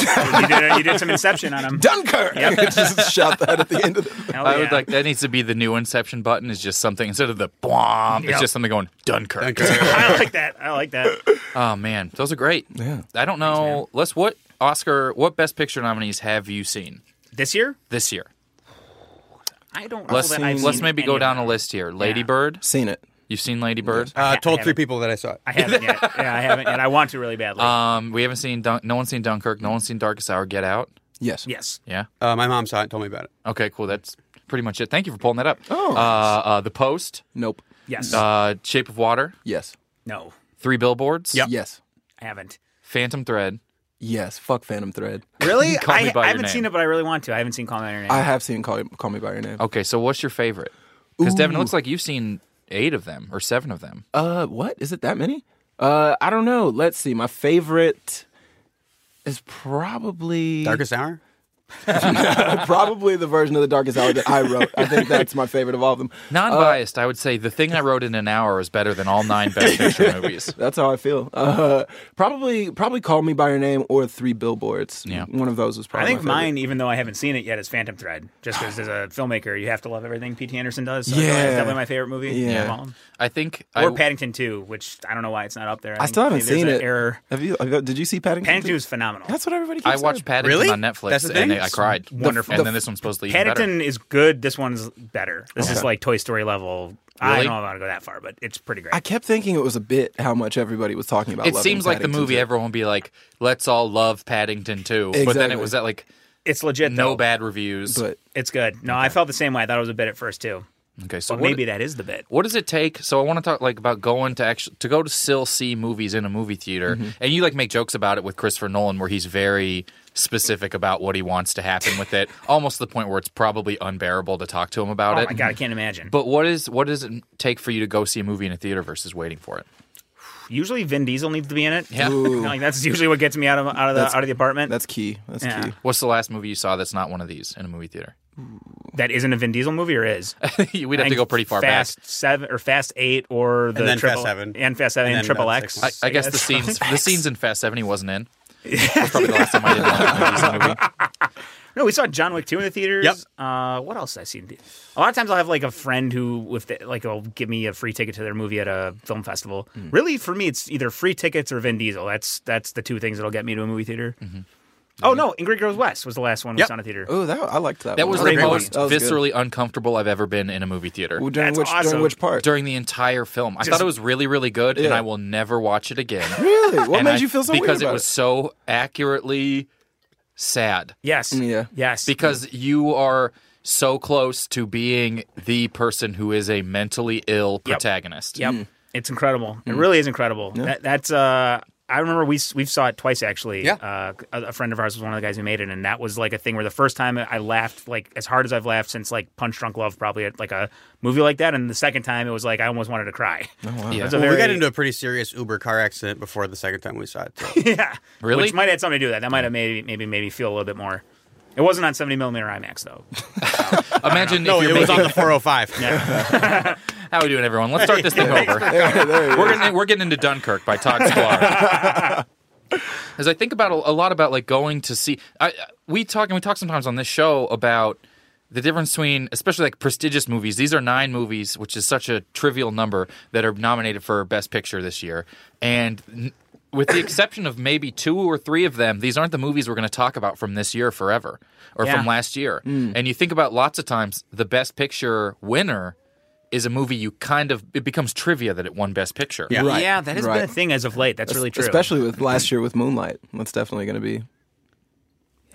you, did, you did some Inception on him. Dunkirk, <laughs> just shout that at the end of the. Hell I would yeah. like that needs to be the new Inception button. Is just something instead of the blomp. It's just something going Dunkirk. I like that. I like that. Oh man, those are great. Yeah. I don't know. Let's what Oscar? What Best Picture nominees have you seen This year, this year? I don't know Let's, that I've let's seen maybe any go of down that. a list here. Ladybird. Seen it. You've seen Ladybird? Uh, told I three haven't. people that <laughs> I saw it. I haven't <laughs> yet. Yeah, I haven't yet. I want to really badly. Um, we haven't seen Dun- no one's seen Dunkirk. No one's seen Darkest Hour. Get Out. Yes. yes. Yeah. Uh, my mom saw it and told me about it. Okay. Cool. That's pretty much it. Thank you for pulling that up. Oh. Uh, uh, the Post. Nope. Yes. Uh, Shape of Water. Yes. no. Three Billboards. Yep. Yes. I haven't. Phantom Thread. Yes. Fuck Phantom Thread. <laughs> Really? Call I, Me By I Your haven't Name. seen it, but I really want to. I haven't seen Call Me By Your Name. I have seen Call, Call Me by Your Name. Okay. So what's your favorite? Because Devin, it looks like you've seen eight of them or seven of them. Uh, what is it that many? Uh, I don't know. Let's see. My favorite is probably Darkest Hour? <laughs> probably the version of the Darkest Hour that I wrote. I think that's my favorite of all of them. Non-biased, I would say the thing I wrote in an hour is better than all nine Best Picture movies. That's how I feel. Uh, probably, probably call me by your name or three billboards. Yeah. one of those was I probably. think my favorite. mine, even though I haven't seen it yet, is Phantom Thread. Just because as a filmmaker, you have to love everything P.T. Anderson does. So I feel like Yeah. it's definitely my favorite movie. Yeah. of all of 'em. I think Or I, Paddington 2, which I don't know why it's not up there. I still haven't think there's seen an it. Error. Have you? have you- Did you see Paddington? Paddington 2 is phenomenal. That's what everybody. Keeps I watched saying. Paddington Really? on Netflix That's the and thing? I cried. Wonderful. And then this one's supposedly even better. Paddington is good. This one's better. This is like Toy Story level. I Really? don't know if I want to go that far, but it's pretty great. I kept thinking it was a bit how much everybody was talking about. It loving seems like the Paddington movie too. everyone would be like, let's all love Paddington too. But then it Exactly. was at like it's legit. no though. bad reviews. But It's good. No, I felt the same way. I thought it was a bit at first too. okay, so But what, maybe that is the bit. what does it take? So I want to talk like about going to actually to go to still see movies in a movie theater, and you like make jokes about it with Christopher Nolan, where he's very specific about what he wants to happen with it, almost to the point where it's probably unbearable to talk to him about Oh it. my god, I can't imagine. But what is what does it take for you to go see a movie in a theater versus waiting for it? usually Vin Diesel needs to be in it. Yeah. like that's usually what gets me out of out of the That's- out of the apartment. that's key. That's Yeah. key. What's the last movie you saw that's not one of these in a movie theater? <laughs> that isn't a Vin Diesel movie, or is We'd have to go pretty far Fast back. Seven or Fast Eight or the then Fast triple, Seven. and Fast Seven And and, then Triple about six X. I, I guess the scenes the scenes in Fast Seven he wasn't in. That's probably the last time I did one of these movie. <laughs> No, we saw John Wick two in the theaters. Yep. Uh, what else did I see? In the- a lot of times I'll have like a friend who, if they, like, will give me a free ticket to their movie at a film festival. Mm. Really, for me, it's either free tickets or Vin Diesel. That's that's the two things that'll get me to a movie theater. Mm-hmm. Oh no, Ingrid Goes West was the last one we Yep. saw in a theater. Oh, that I liked that. That one. was That the a great one. most That was good. viscerally uncomfortable I've ever been in a movie theater. Well, during That's which awesome. during which part? During the entire film, I thought it was really, really good, and I will never watch it again. <laughs> really? What And made I- you feel so weird because about it <laughs> was so accurately sad. Yes. Yeah. Yes. because you are so close to being the person who is a mentally ill protagonist. Yep. It's incredible. It really is incredible. That, that's uh I remember we we saw it twice actually. Yeah. Uh, a, a friend of ours was one of the guys who made it, and that was like a thing where the first time I laughed like as hard as I've laughed since like Punch Drunk Love probably at like a movie like that, and the second time it was like I almost wanted to cry. Yeah. It was a Well, Well, we very- got into a pretty serious Uber car accident before the second time we saw it. so. yeah, Really? which might have something to do with that. That might have maybe maybe made me feel a little bit more. It wasn't on seventy millimeter IMAX though. Imagine <laughs> no, if it you're was on making, the 405. how we doing, everyone. Let's start this thing over. We're getting we're getting into Dunkirk by Todd Sklar. As I think about a, a lot about like going to see, I, I- we talk and we talk sometimes on this show about the difference between especially like prestigious movies. These are nine movies, which is such a trivial number that are nominated for Best Picture this year, and. n- With the exception of maybe two or three of them, these aren't the movies we're going to talk about from this year forever or from Yeah. last year. And you think about lots of times the Best Picture winner is a movie you kind of it becomes trivia that it won Best Picture. Yeah. Right. Yeah, that has Right. been a thing as of late. That's really true. Especially with last year with Moonlight. That's definitely going to be.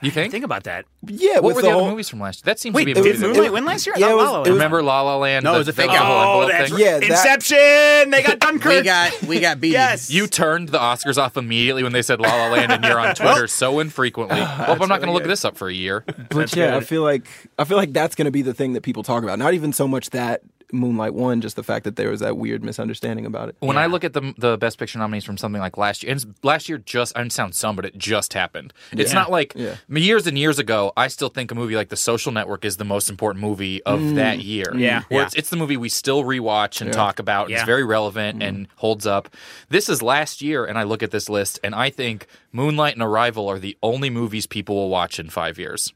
You think? think about that. Yeah. what with were the the, whole- other movies from last? That seems Wait, to be a did movie. that- Moonlight win last year? I yeah, thought it was- La La it Land was- Remember La La Land? No, the- it was a the fake-out. whole Oh, envelope that's thing? right. Yeah, that- Inception. They got Dunkirk. We got we got beat. yes. You turned the Oscars off immediately when they said La La Land, and you're <laughs> on Twitter so infrequently. well, I'm not going to look this up for a year. But yeah, I feel like I feel like that's going to be the thing that people talk about. Not even so much that Moonlight won, just the fact that there was that weird misunderstanding about it. When I look at the the Best Picture nominees from something like last year, and it's- last year just I sound some, but it just happened. It's not like Yeah. I mean, years and years ago. I still think a movie like The Social Network is the most important movie of Mm. that year. Yeah. where Yeah. It's, it's the movie we still rewatch and talk about. and It's Yeah. very Mm. relevant and holds up. This is last year, and I look at this list and I think Moonlight and Arrival are the only movies people will watch in five years.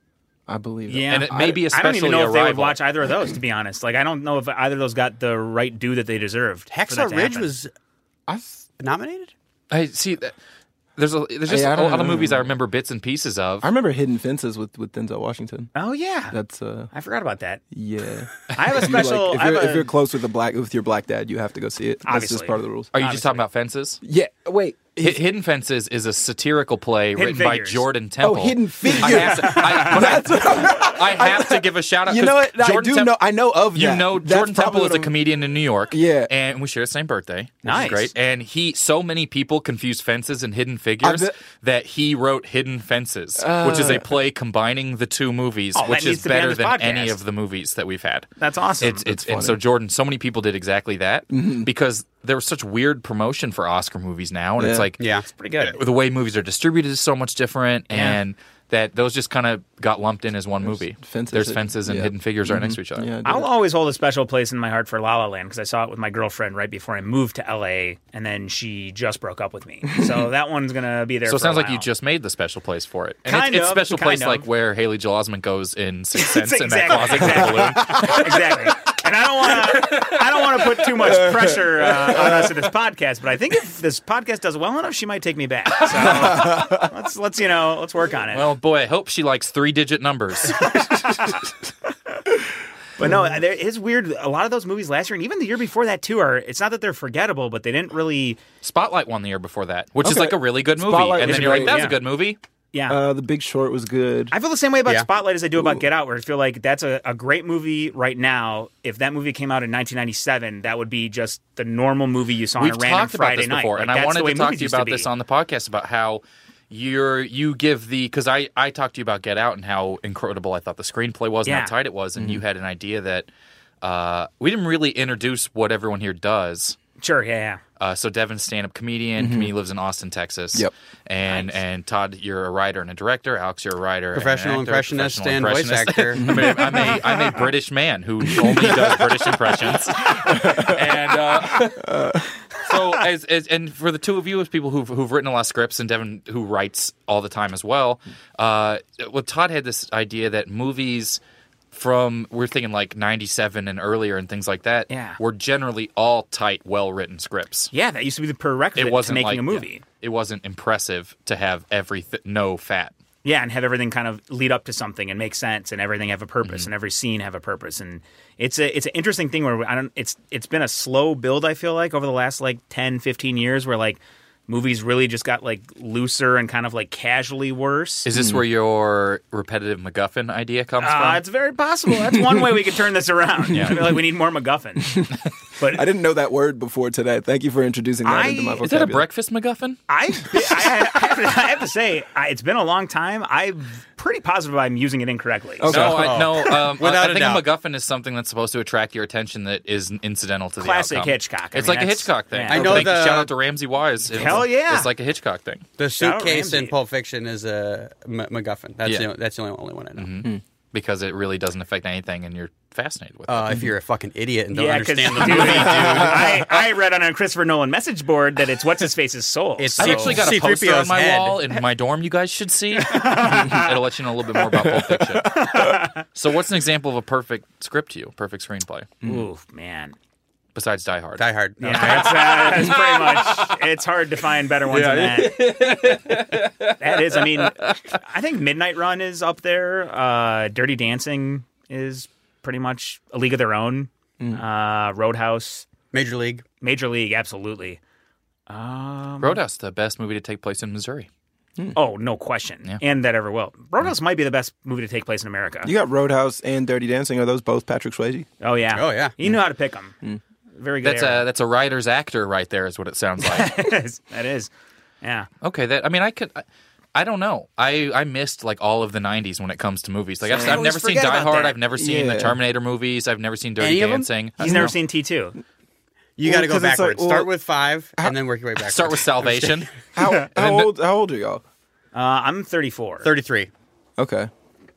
I believe. it. Yeah, And it may be I don't even especially know if they would Arrival. watch either of those. <clears throat> To be honest, like I don't know if either of those got the right due that they deserved. for that Hacksaw to Ridge happen. was I s- nominated. I see that. There's a there's just Yeah, I a don't lot of know. movies I remember bits and pieces of. I remember Hidden Fences with, with Denzel Washington. Oh yeah, That's uh I forgot about <laughs> that. <laughs> yeah. I have a If you like- special. if, I have you're, a, if you're close with a black with your black dad, you have to go see it. That's just Obviously. part of the rules. Are you just talking about fences? Yeah. Wait. Hi- Hidden Fences is a satirical play written by Figures. Jordan Temple. Oh, Hidden Figures. I have to, I, but I- <laughs> That's what I'm- I have to give a shout out. You 'cause know what? I Jordan do Temp- know. I know of You that. know, That's Jordan probably Temple is what a I'm- comedian in New York. Yeah. and we share the same birthday. which is Nice. great. And he, so many people confuse fences and hidden figures bet- that he wrote Hidden Fences, which is a play combining the two movies, Oh, that which needs is to be on better this than podcast. any of the movies that we've had. That's awesome. It's it's and so Jordan. So many people did exactly that because there was such weird promotion for Oscar movies now, and it's like Yeah. It's pretty good. the way movies are distributed is so much different, and that those just kind of got lumped in as one movie. fences There's that- fences and yeah. Mm-hmm. hidden figures right next to each other. Yeah, I'll always hold a special place in my heart for La La Land because I saw it with my girlfriend right before I moved to LA, and then she just broke up with me. <laughs> So that one's gonna be there. So it for a sounds like you while. just made the special place for it. And Kind it's, it's of, special place kind like of. where Haley Joel Osment goes <laughs> in Six Sense in that exactly- closet with a <laughs> balloon. exactly. And I don't want to. I don't want to put too much pressure uh, on us in this podcast. But I think if this podcast does well enough, she might take me back. So let's let's you know let's work on it. Well, boy, I hope she likes three digit numbers. <laughs> but no, uh, there is weird. A lot of those movies last year and even the year before that too are. It's not that they're forgettable, but they didn't really. Spotlight won the year before that, which is Okay. like a really good movie. Spotlight and was then you're like, great, that was yeah. a good movie. Yeah. Uh, the Big Short was good. I feel the same way about Yeah. Spotlight as I do about Get Out, where I feel like that's a, a great movie right now. If that movie came out in 1997, that would be just the normal movie you saw We've on a random talked about Friday this night. before, Like, and that's I the wanted way to talk to movies you used about be. this on the podcast about how you're you give the because I I talked to you about Get Out and how incredible I thought the screenplay was and Yeah. Mm-hmm. how tight it was, and you had an idea that uh, we didn't really introduce what everyone here does. Sure, yeah, yeah. Uh, so Devin's stand-up comedian. He lives in Austin, Texas. Yep. And and Todd, you're a writer and a director. Alex, you're a writer, and an Professional actor, impressionist professional and voice impressionist. actor. <laughs> I'm, a, I'm, a, I'm a British man who only does British <laughs> impressions. and uh, so, as, as and for the two of you, as people who've who've written a lot of scripts, and Devin who writes all the time as well. Uh, well, Todd had this idea that movies. From we're thinking like '97 and earlier and things like that. Yeah. were generally all tight, well-written scripts Yeah, that used to be the prerequisite it wasn't to making like- a movie. yeah. it wasn't impressive to have everything no fat. Yeah. and have everything kind of lead up to something and make sense, and everything have a Mm-hmm. purpose, and every scene have a purpose. And it's a it's an interesting thing where I don't. It's it's been a slow build. I feel like over the last like 10, 15 years, where like movies really just got like looser and kind of like casually worse. Is this where your repetitive MacGuffin idea comes Uh, from? it's very possible. That's one way we could turn <laughs> this around. I feel like we need more MacGuffin. But I didn't know that word before today. Thank you for introducing that I- into my Is that a vocabulary. Is that a breakfast MacGuffin? I, I, I, have, to, I have to say, I, it's been a long time. I'm pretty positive I'm using it incorrectly. So- No, I, no. <laughs> Um, I- I, Without a think a doubt. MacGuffin is something that's supposed to attract your attention that is incidental to the Classic outcome. Hitchcock. I it's mean, like a that's- Hitchcock thing. yeah. I know Thank- the- shout out to Ramsey Wise. It's- Hell yeah. It's like a hitchcock thing. The Shout out suitcase in Ramsey. Pulp Fiction is a M- MacGuffin. That's Yeah. the, that's the only, only one I know. Because it really doesn't affect anything, and you're fascinated with it. Uh, if you're a fucking idiot and don't yeah, because <laughs> understand the movie, I, I read on a Christopher Nolan message board that it's what's his face's soul. It's- I so- so- actually got a C-3PO's poster on my head. wall in my dorm. You guys should see. It'll let you know a little bit more about Pulp Fiction. so, what's an example of a perfect script to you? Perfect screenplay Ooh, man. besides Die Hard. Die Hard. Yeah, that's, uh, that's pretty much. It's hard to find better ones than that. that is, I mean, I think Midnight Run is up there. Uh, Dirty Dancing is pretty much a league of their own. Mm. Uh, Roadhouse, Major League. Major League, absolutely. Roadhouse, the best movie to take place in Missouri. Mm. Oh, no question. And that ever will. Roadhouse might be the best movie to take place in America. You got Roadhouse and Dirty Dancing. Are those both <laughs> Patrick Swayze? oh, yeah. Oh, yeah. You know how to pick them. Very good. Hmm. That's a that's a writer's actor right there, is what it sounds <laughs> like. that, is, that is. Yeah. okay, that I mean, I could. I, I don't know. I, I missed like all of the '90s when it comes to movies. Like I've, I I've always never seen forget Die about Hard. that. I've never seen the Yeah. Terminator movies. I've never seen Dirty Any of 'em? Dancing. He's never seen T2. You got to Well, go 'cause it's like, backwards. well- Start with five and then work your way backwards. Start with Salvation. How, how the- old? How old are y'all? Uh, I'm 34. 33. Okay,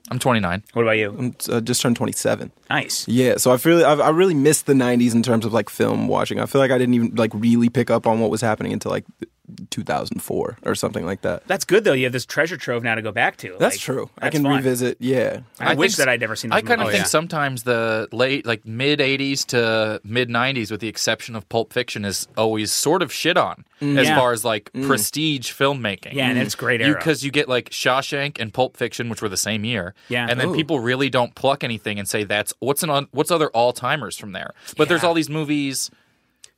I'm 29. What about you? Mm. I'm uh, just turned twenty seven. Nice. Yeah, so I feel I've, I really missed the '90s in terms of like film watching. I feel like I didn't even like really pick up on what was happening until like 2004 or something like that. That's good though. You have this treasure trove now to go back to. That's Like, true. I that's can fun. revisit. Yeah. I I, wish think- that I'd never seen. Those I kind of movies. think sometimes the late, like mid '80s to mid '90s, with the exception of Pulp Fiction, is always sort of shit on as Mm. Yeah. far as like prestige filmmaking. Oh, Yeah, and it's great era. because Mm. you, get like Shawshank and Pulp Fiction, which were the same year. Yeah. and then Ooh. people really don't pluck anything and say that's what's an on, what's other all timers from there. But there's all these movies.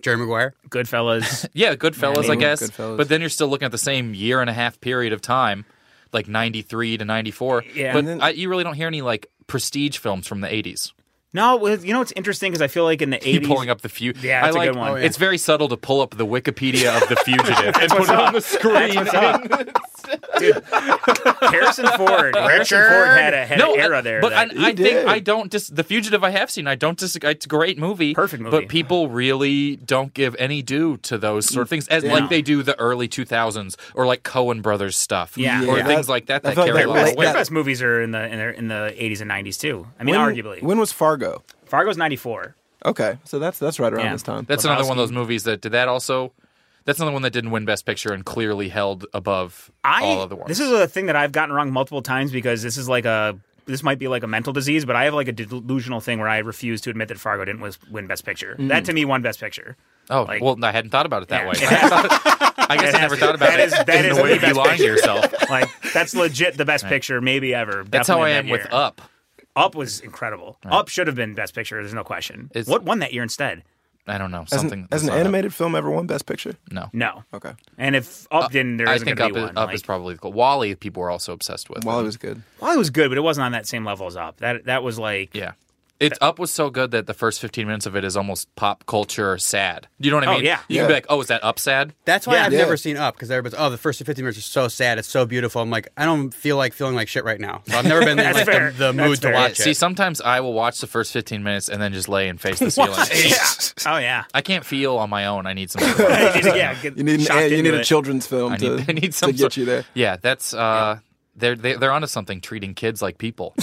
Jerry Maguire. <laughs> Goodfellas. Yeah, Goodfellas, I Ooh, guess. Goodfellas. But then you're still looking at the same year and a half period of time, like '93 to '94. Yeah. but And I, you really don't hear any like prestige films from the '80s. no, it was- you know what's interesting because I feel like in the Keep eighties, pulling up the few. Yeah, that's I a like, good one. Oh, yeah. It's very subtle to pull up the Wikipedia <laughs> of the fugitive and put it on the screen. <laughs> Harrison Ford. Harrison Ford had a had no, an I- era there. But that- I, I did. think I don't dis. The fugitive I have seen. I don't dis. It's a great movie. Perfect movie. But people really don't give any due to those sort of things, as like they do the early two thousands or like Cohen Brothers stuff. Yeah. or Yeah. things like that I that felt carry like a lot that- of their best, weight. their best movies are in the in, their, in the eighties and nineties too. I mean, arguably, When was Fargo? Fargo's ninety four. Okay. So that's that's right around Yeah. this time. That's another one of those movies that did that also. That's another one that didn't win Best Picture and clearly held above I all other ones. this is a thing that I've gotten wrong multiple times because this is like a this might be like a mental disease, but I have like a delusional thing where I refuse to admit that Fargo didn't was, win Best Picture. Hmm. That to me won Best Picture. Oh, Like- well, I hadn't thought about it that Yeah. <laughs> way. I, thought- I guess I never thought about That it is- that in is the way the of you best lying to picture. yourself. <laughs> Like that's legit the best picture maybe ever. That's how Definitely I that am with year. Up. Up was incredible. Up should have been best picture. There's no question. It's- what won that year instead? I don't know As something. an, as that's an not Up. animated film ever won Best Picture? No, No. Okay. And if Up didn't, there Uh, I isn't think gonna Up, be is, one. Up like, is probably the goal. Wally. People were also obsessed with. While it was good. well, it was good, but it wasn't on that same level as Up. That that was like <laughs> yeah. It's Up was so good that the first 15 minutes of it is almost pop culture sad. You know what I Oh, mean? yeah. You can be Yeah. like, oh, is that Up sad? That's why Yeah. I've Yeah. never seen Up because everybody's oh the first 15 minutes are so sad it's so beautiful I'm like I don't feel like feeling like shit right now so I've never been in That's like fair. the, the That's mood fair. to watch See, it. sometimes I will watch the first 15 minutes and then just lay and <laughs> face the ceiling. oh yeah <laughs> I can't feel on my own. I <laughs> need some. sort of- yeah. get You need an, shocked ad- you into need a it. children's film I to, need, <laughs> I need to some get sort- you there. Yeah, that's uh, they're they, they're onto something. Treating kids like <laughs> people.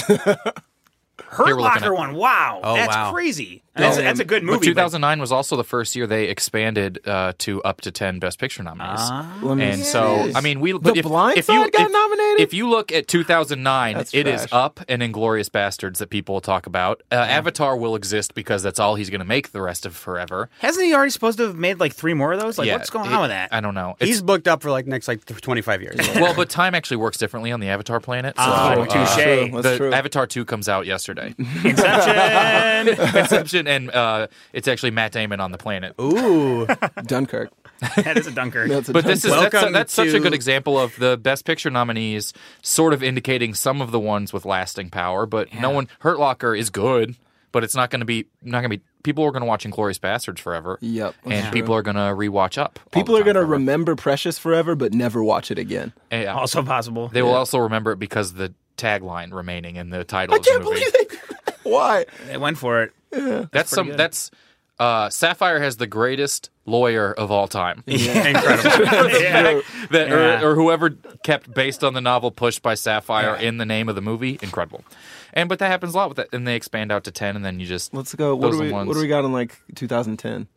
Hurt we're looking Locker at- one. Wow, Oh, that's wow. crazy. And That's, that's a good movie. But 2009 was also the first year they expanded uh, to up to 10 Best Picture nominees. Ah. Let me and see. so, I mean, we. but if, Blind if you, Side got if- nominated? If you look at 2009, That's it is trash. Up and Inglorious Bastards that people talk about. Uh, Avatar will exist because that's all he's going to make the rest of forever. Hasn't he already supposed to have made like three more of those? Like, Yeah, what's going it- on with <laughs> that? I don't know. It's, He's booked up for like next like th- <laughs> 25 years. well, but time actually works differently on the Avatar planet. So, Oh, uh, touche. Ah, That's the true. Avatar 2 comes out yesterday. <laughs> Inception. Inception, and uh, it's actually Matt Damon on the planet. Ooh, Dunkirk. that is a dunker. That's a But this is Dunkirk. that's, Welcome that's such a to- good example of the best picture nominees, sort of indicating some of the ones with lasting power. But no one Hurt Locker is good, but it's not going to be not going to be people are going to watch Inglorious Bastards forever. Yep, that's and true. people are going to rewatch up. all People the time are going to forever. remember Precious forever, but never watch it again. Yeah. Oh, also possible. they will also remember it because of the tagline remaining in the title. I of the can't movie. believe it. <laughs> Why? They went for it. that's some that's. Uh, Sapphire has the greatest lawyer of all time. <laughs> <laughs> Incredible. yeah. that Yeah. or, or whoever kept based on the novel pushed by Sapphire in the name of the movie. Incredible. And but that happens a lot with that, and they expand out to ten, and then you just Let's go. What Those do are we? the What ones. do we got in like 2010?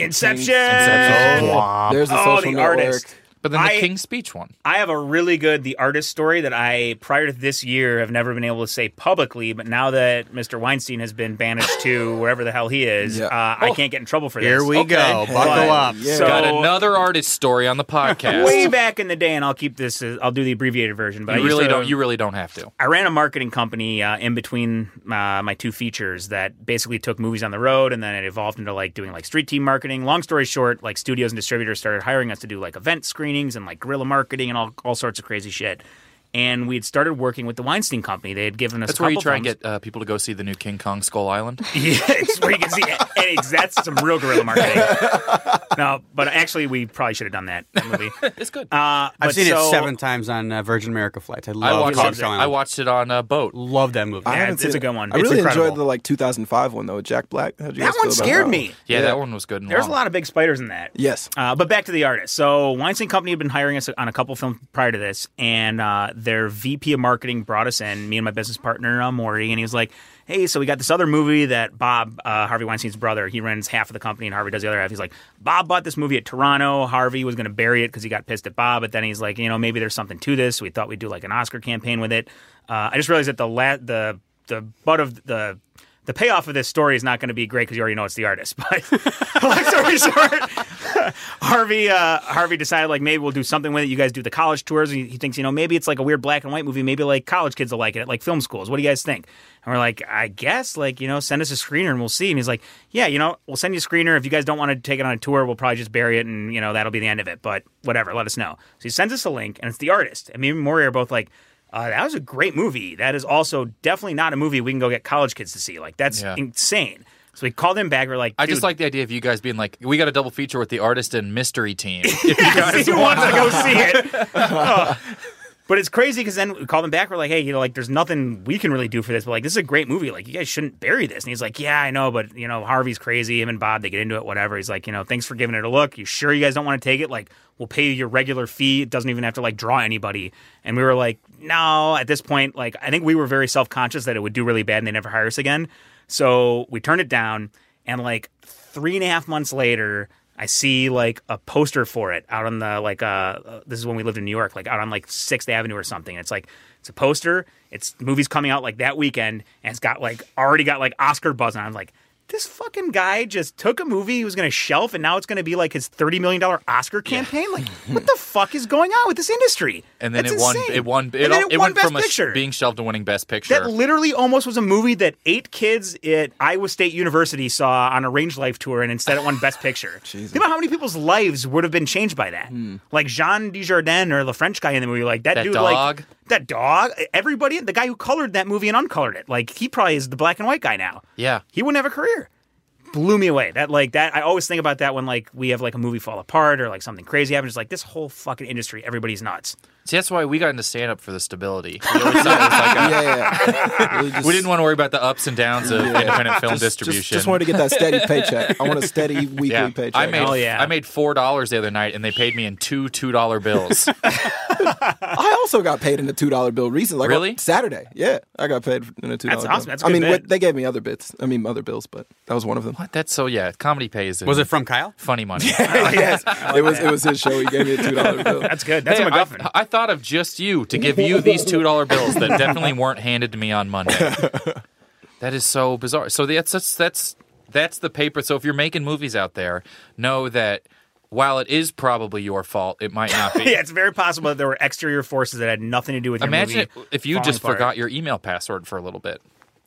Inception. Oh, Inception. There's the Oh, social the network. artist. But then the I- King's Speech one. I have a really good the artist story that I prior to this year have never been able to say publicly, but now that Mr. Weinstein has been banished to wherever the hell he is, Yeah. uh, I can't get in trouble for this. Oh. here we go. Buckle But- up. Yeah. So- Got another artist story on the podcast. way back in the day, and I'll keep this. as- I'll do the abbreviated version. But I you used really to- don't. You really don't have to. I ran a marketing company uh, in between uh, my two features that basically took movies on the road, and then it evolved into like doing like street team marketing. Long story short, like studios and distributors started hiring us to do like event screenings and like guerrilla marketing and all all sorts of crazy shit. And we'd started working with the Weinstein Company. They had given us. That's where you couple try and films. get uh, people to go see the new King Kong Skull Island. <laughs> Yeah, it's where you can see and it's, that's some real guerrilla <laughs> marketing. no, but actually, we probably should have done that movie. <laughs> It's good. Uh, I've but seen so- it seven times on uh, Virgin America flights. I I love watched. Oh, Kong It, Skull I Island. watched it on a boat. love that movie. I Yeah, haven't it's- seen it's a it. good one. I It's really enjoyed incredible. the like 2005 one though with Jack Black. How'd you That one guys feel about scared that me. Yeah, that one was good. And There's a long. lot of big spiders in that. <laughs> Yes. Uh, but back to the artist. So Weinstein Company had been hiring us on a couple films prior to this, and uh, their VP of marketing brought us in, me and my business partner uh, Maury, and he was like, hey, so we got this other movie that Bob uh, Harvey Weinstein's brother he runs half of the company and Harvey does the other half. He's like, Bob bought this movie at Toronto. Harvey was going to bury it because he got pissed at Bob, but then he's like, you know, maybe there's something to this. We thought we'd do like an Oscar campaign with it. Uh, I just realized that the la- the the butt of the the payoff of this story is not going to be great because you already know it's the artist. <laughs> But long story short, <laughs> Harvey uh, Harvey decided like maybe we'll do something with it. You guys do the college tours. He, he thinks you know maybe it's like a weird black and white movie. Maybe like college kids will like it at like film schools. What do you guys think? And we're like, I guess like you know send us a screener and we'll see. And he's like, Yeah, you know we'll send you a screener. If you guys don't want to take it on a tour, we'll probably just bury it and you know that'll be the end of it. But whatever, let us know. So he sends us a link and it's the artist. And me and Maury are both like. Uh, that was a great movie. That is also definitely not a movie we can go get college kids to see. Like that's Yeah. insane. So we called him back. We're like, I just "Dude, like the idea of you guys being like, we got a double feature with the artist and mystery team. <laughs> If you guys who want wants to go see it. Uh, <laughs> but it's crazy because then we call them back. We're like, hey, you know, like there's nothing we can really do for this, but like this is a great movie. Like you guys shouldn't bury this. And he's like, yeah, I know, but you know, Harvey's crazy. Him and Bob, they get into it, whatever. He's like, you know, thanks for giving it a look. You sure you guys don't want to take it? Like we'll pay you your regular fee. It doesn't even have to like draw anybody. And we were like, no. At this point, like I think we were very self conscious that it would do really bad and they never hire us again. So we turned it down. And like three and a half months later, I see like a poster for it out on the like uh, uh this is when we lived in New York, like out on like Sixth Avenue or something. It's like it's a poster. It's the movie's coming out like that weekend, and it's got like already got like Oscar buzz, and I'm like. This fucking guy just took a movie he was going to shelf, and now it's going to be like his thirty million dollar Oscar campaign. <laughs> Like, what the fuck is going on with this industry? And then That's it won, insane. it won. It And then all- It went Best from a sh- Picture. being shelved to winning best picture. That literally almost was a movie that eight kids at Iowa State University saw on a Range Life tour, and instead it won <laughs> Best Picture. Think about how many people's lives would have been changed by that. Like Jean Dujardin or the French guy in the movie, like that, Hmm. That dude, dog. like that dog. Everybody, the guy who colored that movie and uncolored it, like he probably is the black and white guy now. yeah. He wouldn't have a career. Blew me away. That like that. I always think about that when like we have like a movie fall apart or like something crazy happens. Just like this whole fucking industry, everybody's nuts. See, that's why we got into stand up for the stability. <laughs> We, always thought it was like a- Yeah, yeah. <laughs> Really just- we didn't want to worry about the ups and downs of independent film distribution. Just, just wanted to get <laughs> that steady paycheck. I want a steady weekly yeah, paycheck. I made Oh, yeah. I made four dollars the other night, and they paid me in two two dollar <laughs> bills. I also got paid in a two dollar bill recently. Like Really? on Saturday? Yeah, I got paid in a two That's dollar. bill. awesome. That's a I good mean, bit. what, they gave me other bits. I mean, other bills, but that was one of them. what? That's so yeah. Comedy pays. in Was it from Kyle? <laughs> funny <laughs> money? yes, <laughs> it was. It was his show. He gave me a two <laughs> dollar bill. That's good. That's Hey, a I, MacGuffin. I thought of just you to give you these two dollar bills that definitely weren't handed to me on <laughs> Monday. that is so bizarre. So that's that's that's that's the paper. So if you're making movies out there, know that while it is probably your fault, it might not be. <laughs> yeah, it's very possible that there were exterior forces that had nothing to do with your Imagine movie it- if you falling just apart. forgot your email password for a little bit.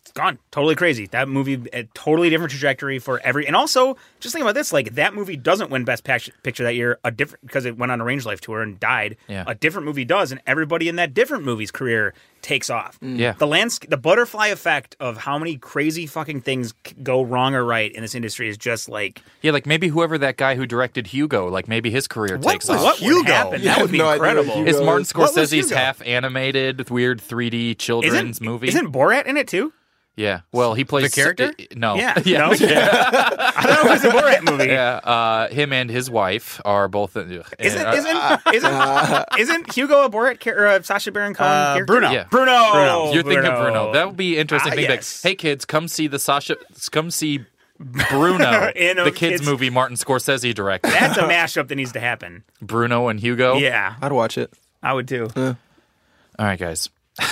It's gone. Totally crazy. That movie, a totally different trajectory for every. And also, just think about this: like that movie doesn't win Best Pac- Picture that year. A different because it went on a Range Life tour and died. Yeah. A different movie does, and everybody in that different movie's career takes off. Mm. Yeah. The landscape, the butterfly effect of how many crazy fucking things c- go wrong or right in this industry is just like Yeah, like maybe whoever that guy who directed Hugo, like maybe his career takes was- off. what would Hugo? happen? Yeah, I That would have be no idea what incredible. Hugo- It's Martin What was Scorsese's Hugo? half animated, weird 3D children's Isn't movie. Isn't Borat in it too? yeah. Well, he plays character? no. <laughs> Yeah. No? I thought it was a Borat movie. Yeah, uh, him and his wife are both. ugh. Isn't And, uh, isn't isn't, isn't Hugo a Borat char- or a Sacha Baron Cohen Uh, character? Bruno. Yeah. Bruno. Uh, You're thinking of Bruno. That would be interesting. Ah, thing. like, yes. hey kids, come see the Sasha. Come see Bruno, <laughs> In a the kids, kid's- movie Martin Scorsese directed. <laughs> That's a mashup that needs <laughs> to happen. Bruno and Hugo. Yeah, I'd watch it. I would too. All right, guys. <laughs>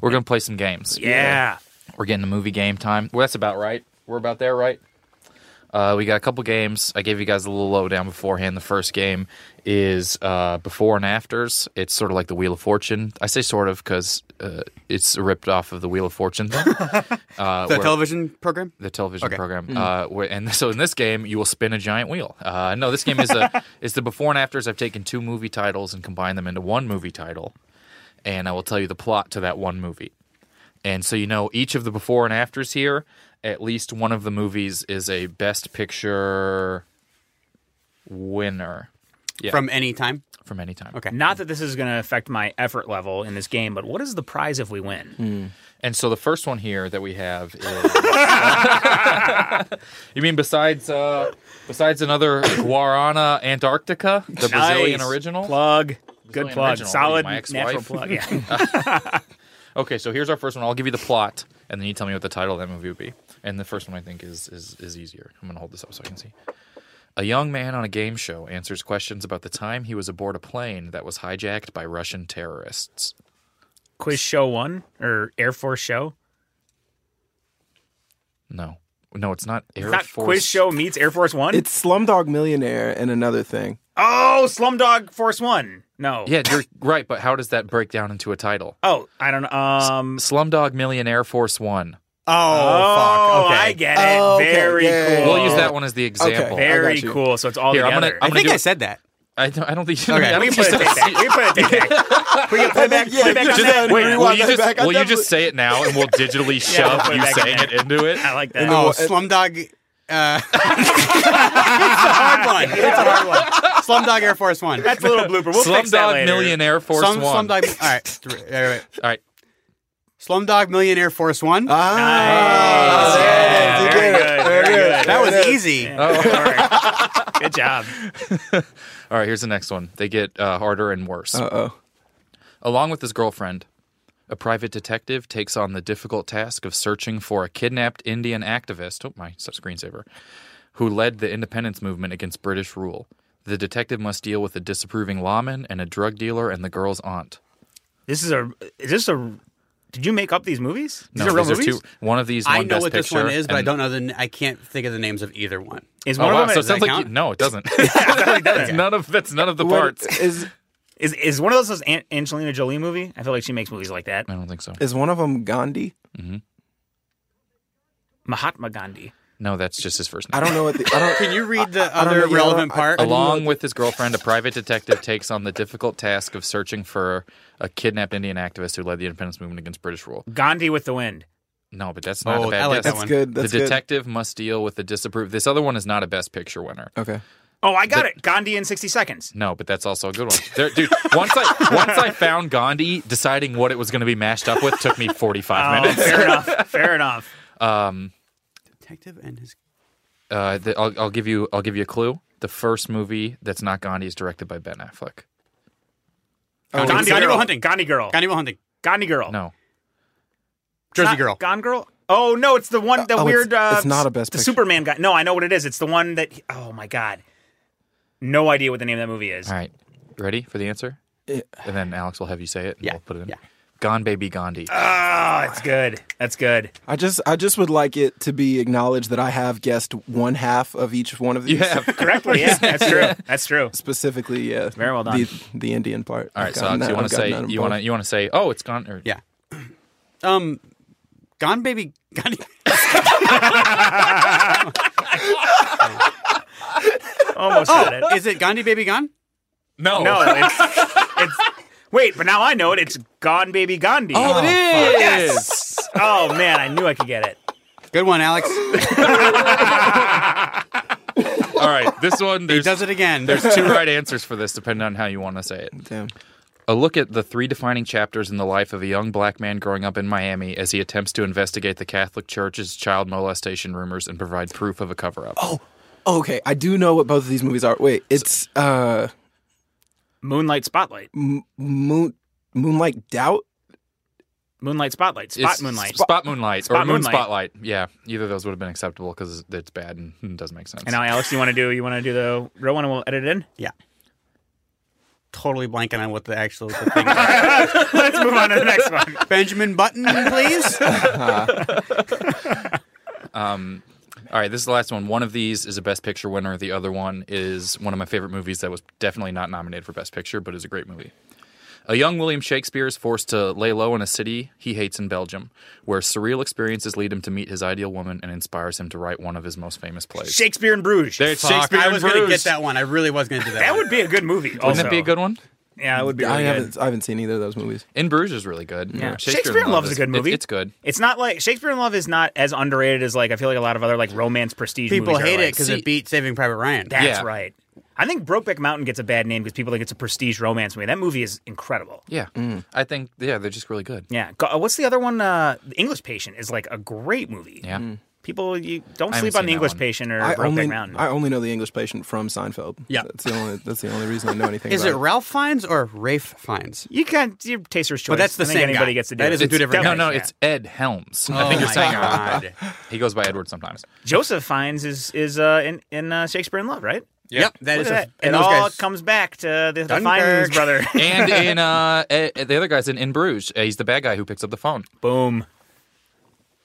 We're gonna play some games. Yeah. We're getting to movie game time. Well, that's about right. We're about there, right? Uh, we got a couple games. I gave you guys a little lowdown beforehand. The first game is uh, before and afters. It's sort of like the Wheel of Fortune. I say sort of because uh, it's ripped off of the Wheel of Fortune <laughs> thing. uh, The where- television program? the television program. Uh, where, and <laughs> so in this game, you will spin a giant wheel. Uh, no, this game is a is the before and afters. I've taken two movie titles and combined them into one movie title, and I will tell you the plot to that one movie. And so you know each of the before and afters here. At least one of the movies is a Best Picture winner Yeah. From any time? from any time. Okay. Not that this is going to affect my effort level in this game, but what is the prize if we win? And so the first one here that we have is. <laughs> you mean besides uh, besides another Guarana Antarctica, the Brazilian Nice. original? plug. Good Brazilian plug. original. What are you, <laughs> Solid my ex-wife? natural plug. Yeah. Okay, so here's our first one. I'll give you the plot, and then you tell me what the title of that movie would be. And the first one I think is is is easier. I'm gonna hold this up so I can see. A young man on a game show answers questions about the time he was aboard a plane that was hijacked by Russian terrorists. Quiz show one or Air Force show? No, no, it's not Air It's not Force. Quiz show meets Air Force One. It's Slumdog Millionaire and another thing. oh, Slumdog Force One. No. Yeah, you're right, but how does that break down into a title? Oh, I don't know. Um. Slumdog Millionaire Force One. Oh, Oh, fuck. Okay. I get it. Oh, okay. Very Yeah, yeah, cool. yeah. We'll use that one as the example. I got Very you. cool. So it's all Here, I'm together. gonna- I'm I think do I it. said that. I don't, I don't think you. Okay. I don't we think can you put a said- tape <laughs> back. We can put a tape <laughs> back. We can play back, play back on that. Wait, will Rewind you that just, back. I will you definitely- just say it now and we'll digitally <laughs> Yeah, shove put it you back in saying there. it into it? I like that. Oh, Slumdog. <laughs> Uh, <laughs> it's a hard one. It's a hard one. <laughs> Slumdog Air Force One. That's a little blooper. We'll fix that Slumdog later. Millionaire Force Slum, One. Slumdog. All <laughs> right. three- all right. All right. Slumdog Million Air Force One. Uh, Nice. Yeah, there it is. You very did it. good. Very good. that was easy. Oh. Good job. All right, here's the next one. They get uh, harder and worse. Uh oh. Along with his girlfriend, a private detective takes on the difficult task of searching for a kidnapped Indian activist. Oh, my screensaver. Who led the independence movement against British rule. The detective must deal with a disapproving lawman and a drug dealer and the girl's aunt. This is a. Is this a? Did you make up these movies? These No, are real these are movies. two- one of these. One I know Best what this Picture one is, but I and- don't know the. I can't think of the names of either one. Is Oh one wow! of them? So it is, that sounds like count? you, no, <laughs> it doesn't. It's none of that's none of the parts. Is is, is one of those an- Angelina Jolie movie? I feel like she makes movies like that. I don't think so. is one of them Gandhi? Mahatma Gandhi. No, that's just his first name. I don't know what the. <laughs> I don't. Can you read the I don't other know, yeah, relevant I- part? I didn't Along with his girlfriend, a private detective takes on the difficult task of searching for a kidnapped Indian activist who led the independence movement against British rule. Gandhi with the wind. No, but that's not Oh, a bad I like guess. that That's one. good. That's the good. detective must deal with the disapprove. This other one is not a Best Picture winner. Okay. Oh, I got it. Gandhi in sixty seconds. No, but that's also a good one. There, dude, once I once I found Gandhi, deciding what it was going to be mashed up with took me forty five Oh, minutes. fair <laughs> enough. Fair enough. Detective and his. Uh, the, I'll, I'll give you I'll give you a clue. The first movie that's not Gandhi is directed by Ben Affleck. Gandhi, Gandhi girl. Will Hunting. Gandhi girl. Gandhi Will Hunting. Gandhi girl. No, It's Jersey not Girl. Gone girl. Oh no, it's the one. The oh, it's- weird. uh, it's not a Best The Picture. Superman guy. No, I know what it is. It's the one that. Oh my god. No idea what the name of that movie is. All right. Ready for the answer? Yeah. And then Alex will have you say it and Yeah, we'll put it in. yeah. Gone Baby Gandhi. Oh, it's good. That's good. I just I just would like it to be acknowledged that I have guessed one half of each one of you these. have. All Correctly. <laughs> Yeah, that's true. That's true. <laughs> Specifically, yeah. Very well done. The, the Indian part. right, so Alex, you want to say you want to you want to say, "Oh, it's gone." Or, Yeah. Um, Gone Baby Gandhi. Almost got it. Is it Gandhi Baby Gone? No. No, it's, it's. Wait, but now I know it. It's Gone Baby Gandhi. Oh, it is. Oh, man, I knew I could get it. Good one, Alex. All right. This one he there's does it again. there's <laughs> two right answers for this depending on how you want to say it. Damn. A look at the three defining chapters in the life of a young black man growing up in Miami as he attempts to investigate the Catholic Church's child molestation rumors and provide proof of a cover-up. Oh, Okay, I do know what both of these movies are. Wait, it's uh Moonlight Spotlight. Moon Moonlight Doubt. Moonlight Spotlight. Spot Moonlight. Spot Moonlight or Spot Moon Moonlight. Spotlight. Yeah, either of those would have been acceptable because it's bad and <laughs> it doesn't make sense. and now, Alex, you want to do you want to do the real one, and we'll edit it in. <laughs> yeah. Totally blanking on what the actual the thing <laughs> is. Let's move on to the next one. Benjamin Button, please. All right, this is the last one. One of these is a Best Picture winner. The other one is one of my favorite movies that was definitely not nominated for Best Picture, but is a great movie. A young William Shakespeare is forced to lay low in a city he hates in Belgium, where surreal experiences lead him to meet his ideal woman and inspires him to write one of his most famous plays. Shakespeare in Bruges. There's Fuck. Shakespeare I in was going to Bruges. get that one. I really was <laughs> going to do that. That one. would be a good movie. Wouldn't that be a good one? Yeah, it would be. I Really haven't good. I haven't seen either of those movies. In Bruges is really good. Yeah. Shakespeare in Love's a is- good it- movie. it's good. It's not like Shakespeare in Love is not as underrated as like I feel like a lot of other like romance prestige. People movies are, hate it like, because see- it beat Saving Private Ryan. That's Yeah. right. I think Brokeback Mountain gets a bad name because people think it's a prestige romance movie. That movie is incredible. Yeah, Mm. I think yeah they're just really good. Yeah. Go- uh, What's the other one? Uh, the English Patient is like a great movie. Yeah. People, you don't I haven't sleep on seen the that English one. patient or I Brokeback only, Mountain. I only know the English patient from Seinfeld. Yeah. that's the only that's the only reason I know <laughs> anything. Is about it Ralph Fiennes or Rafe Fiennes? You can't. Your taster's choice. But that's the I think same anybody guy. gets to do That it. is a two different definitely- No, no, yeah. it's Ed Helms. Oh I think you're my saying uh, it <laughs> wrong. God. He goes by Edward sometimes. Joseph Fiennes is is uh, in in uh, Shakespeare in Love, right? Yep. Yep, that that is. is a- that. and it those all guys- comes back to the, the Fiennes brother. and in uh, eh, eh, the other guy's in In Bruges. Eh, He's the bad guy who picks up the phone. <laughs> Boom.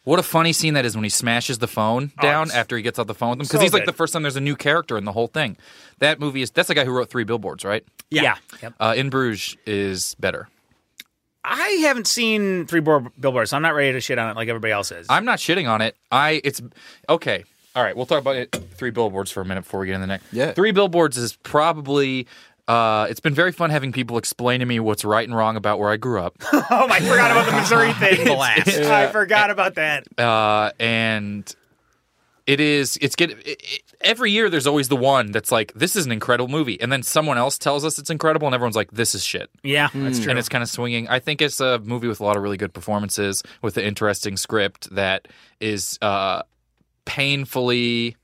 What a funny scene that is when he smashes the phone down after he gets off the phone with him because Oh, so he's like good. the first time there's a new character in the whole thing. That movie is that's the guy who wrote Three Billboards, right? Yeah. Yeah. Yep. Uh, in Bruges is better. I haven't seen Three Bill- Billboards, so I'm not ready to shit on it like everybody else is. I'm not shitting on it. I it's okay. All right, we'll talk about it. Three billboards for a minute before we get in the next. Yeah. Three billboards is probably. Uh, it's been very fun having people explain to me what's right and wrong about where I grew up. oh, I forgot <laughs> about the Missouri thing. Blast. <laughs> I forgot about that. uh, and it is it's get it, it- every year there's always the one that's like this is an incredible movie and then someone else tells us it's incredible and everyone's like this is shit Yeah, Mm. that's true. and it's kind of swinging i think it's a movie with a lot of really good performances with an interesting script that is uh painfully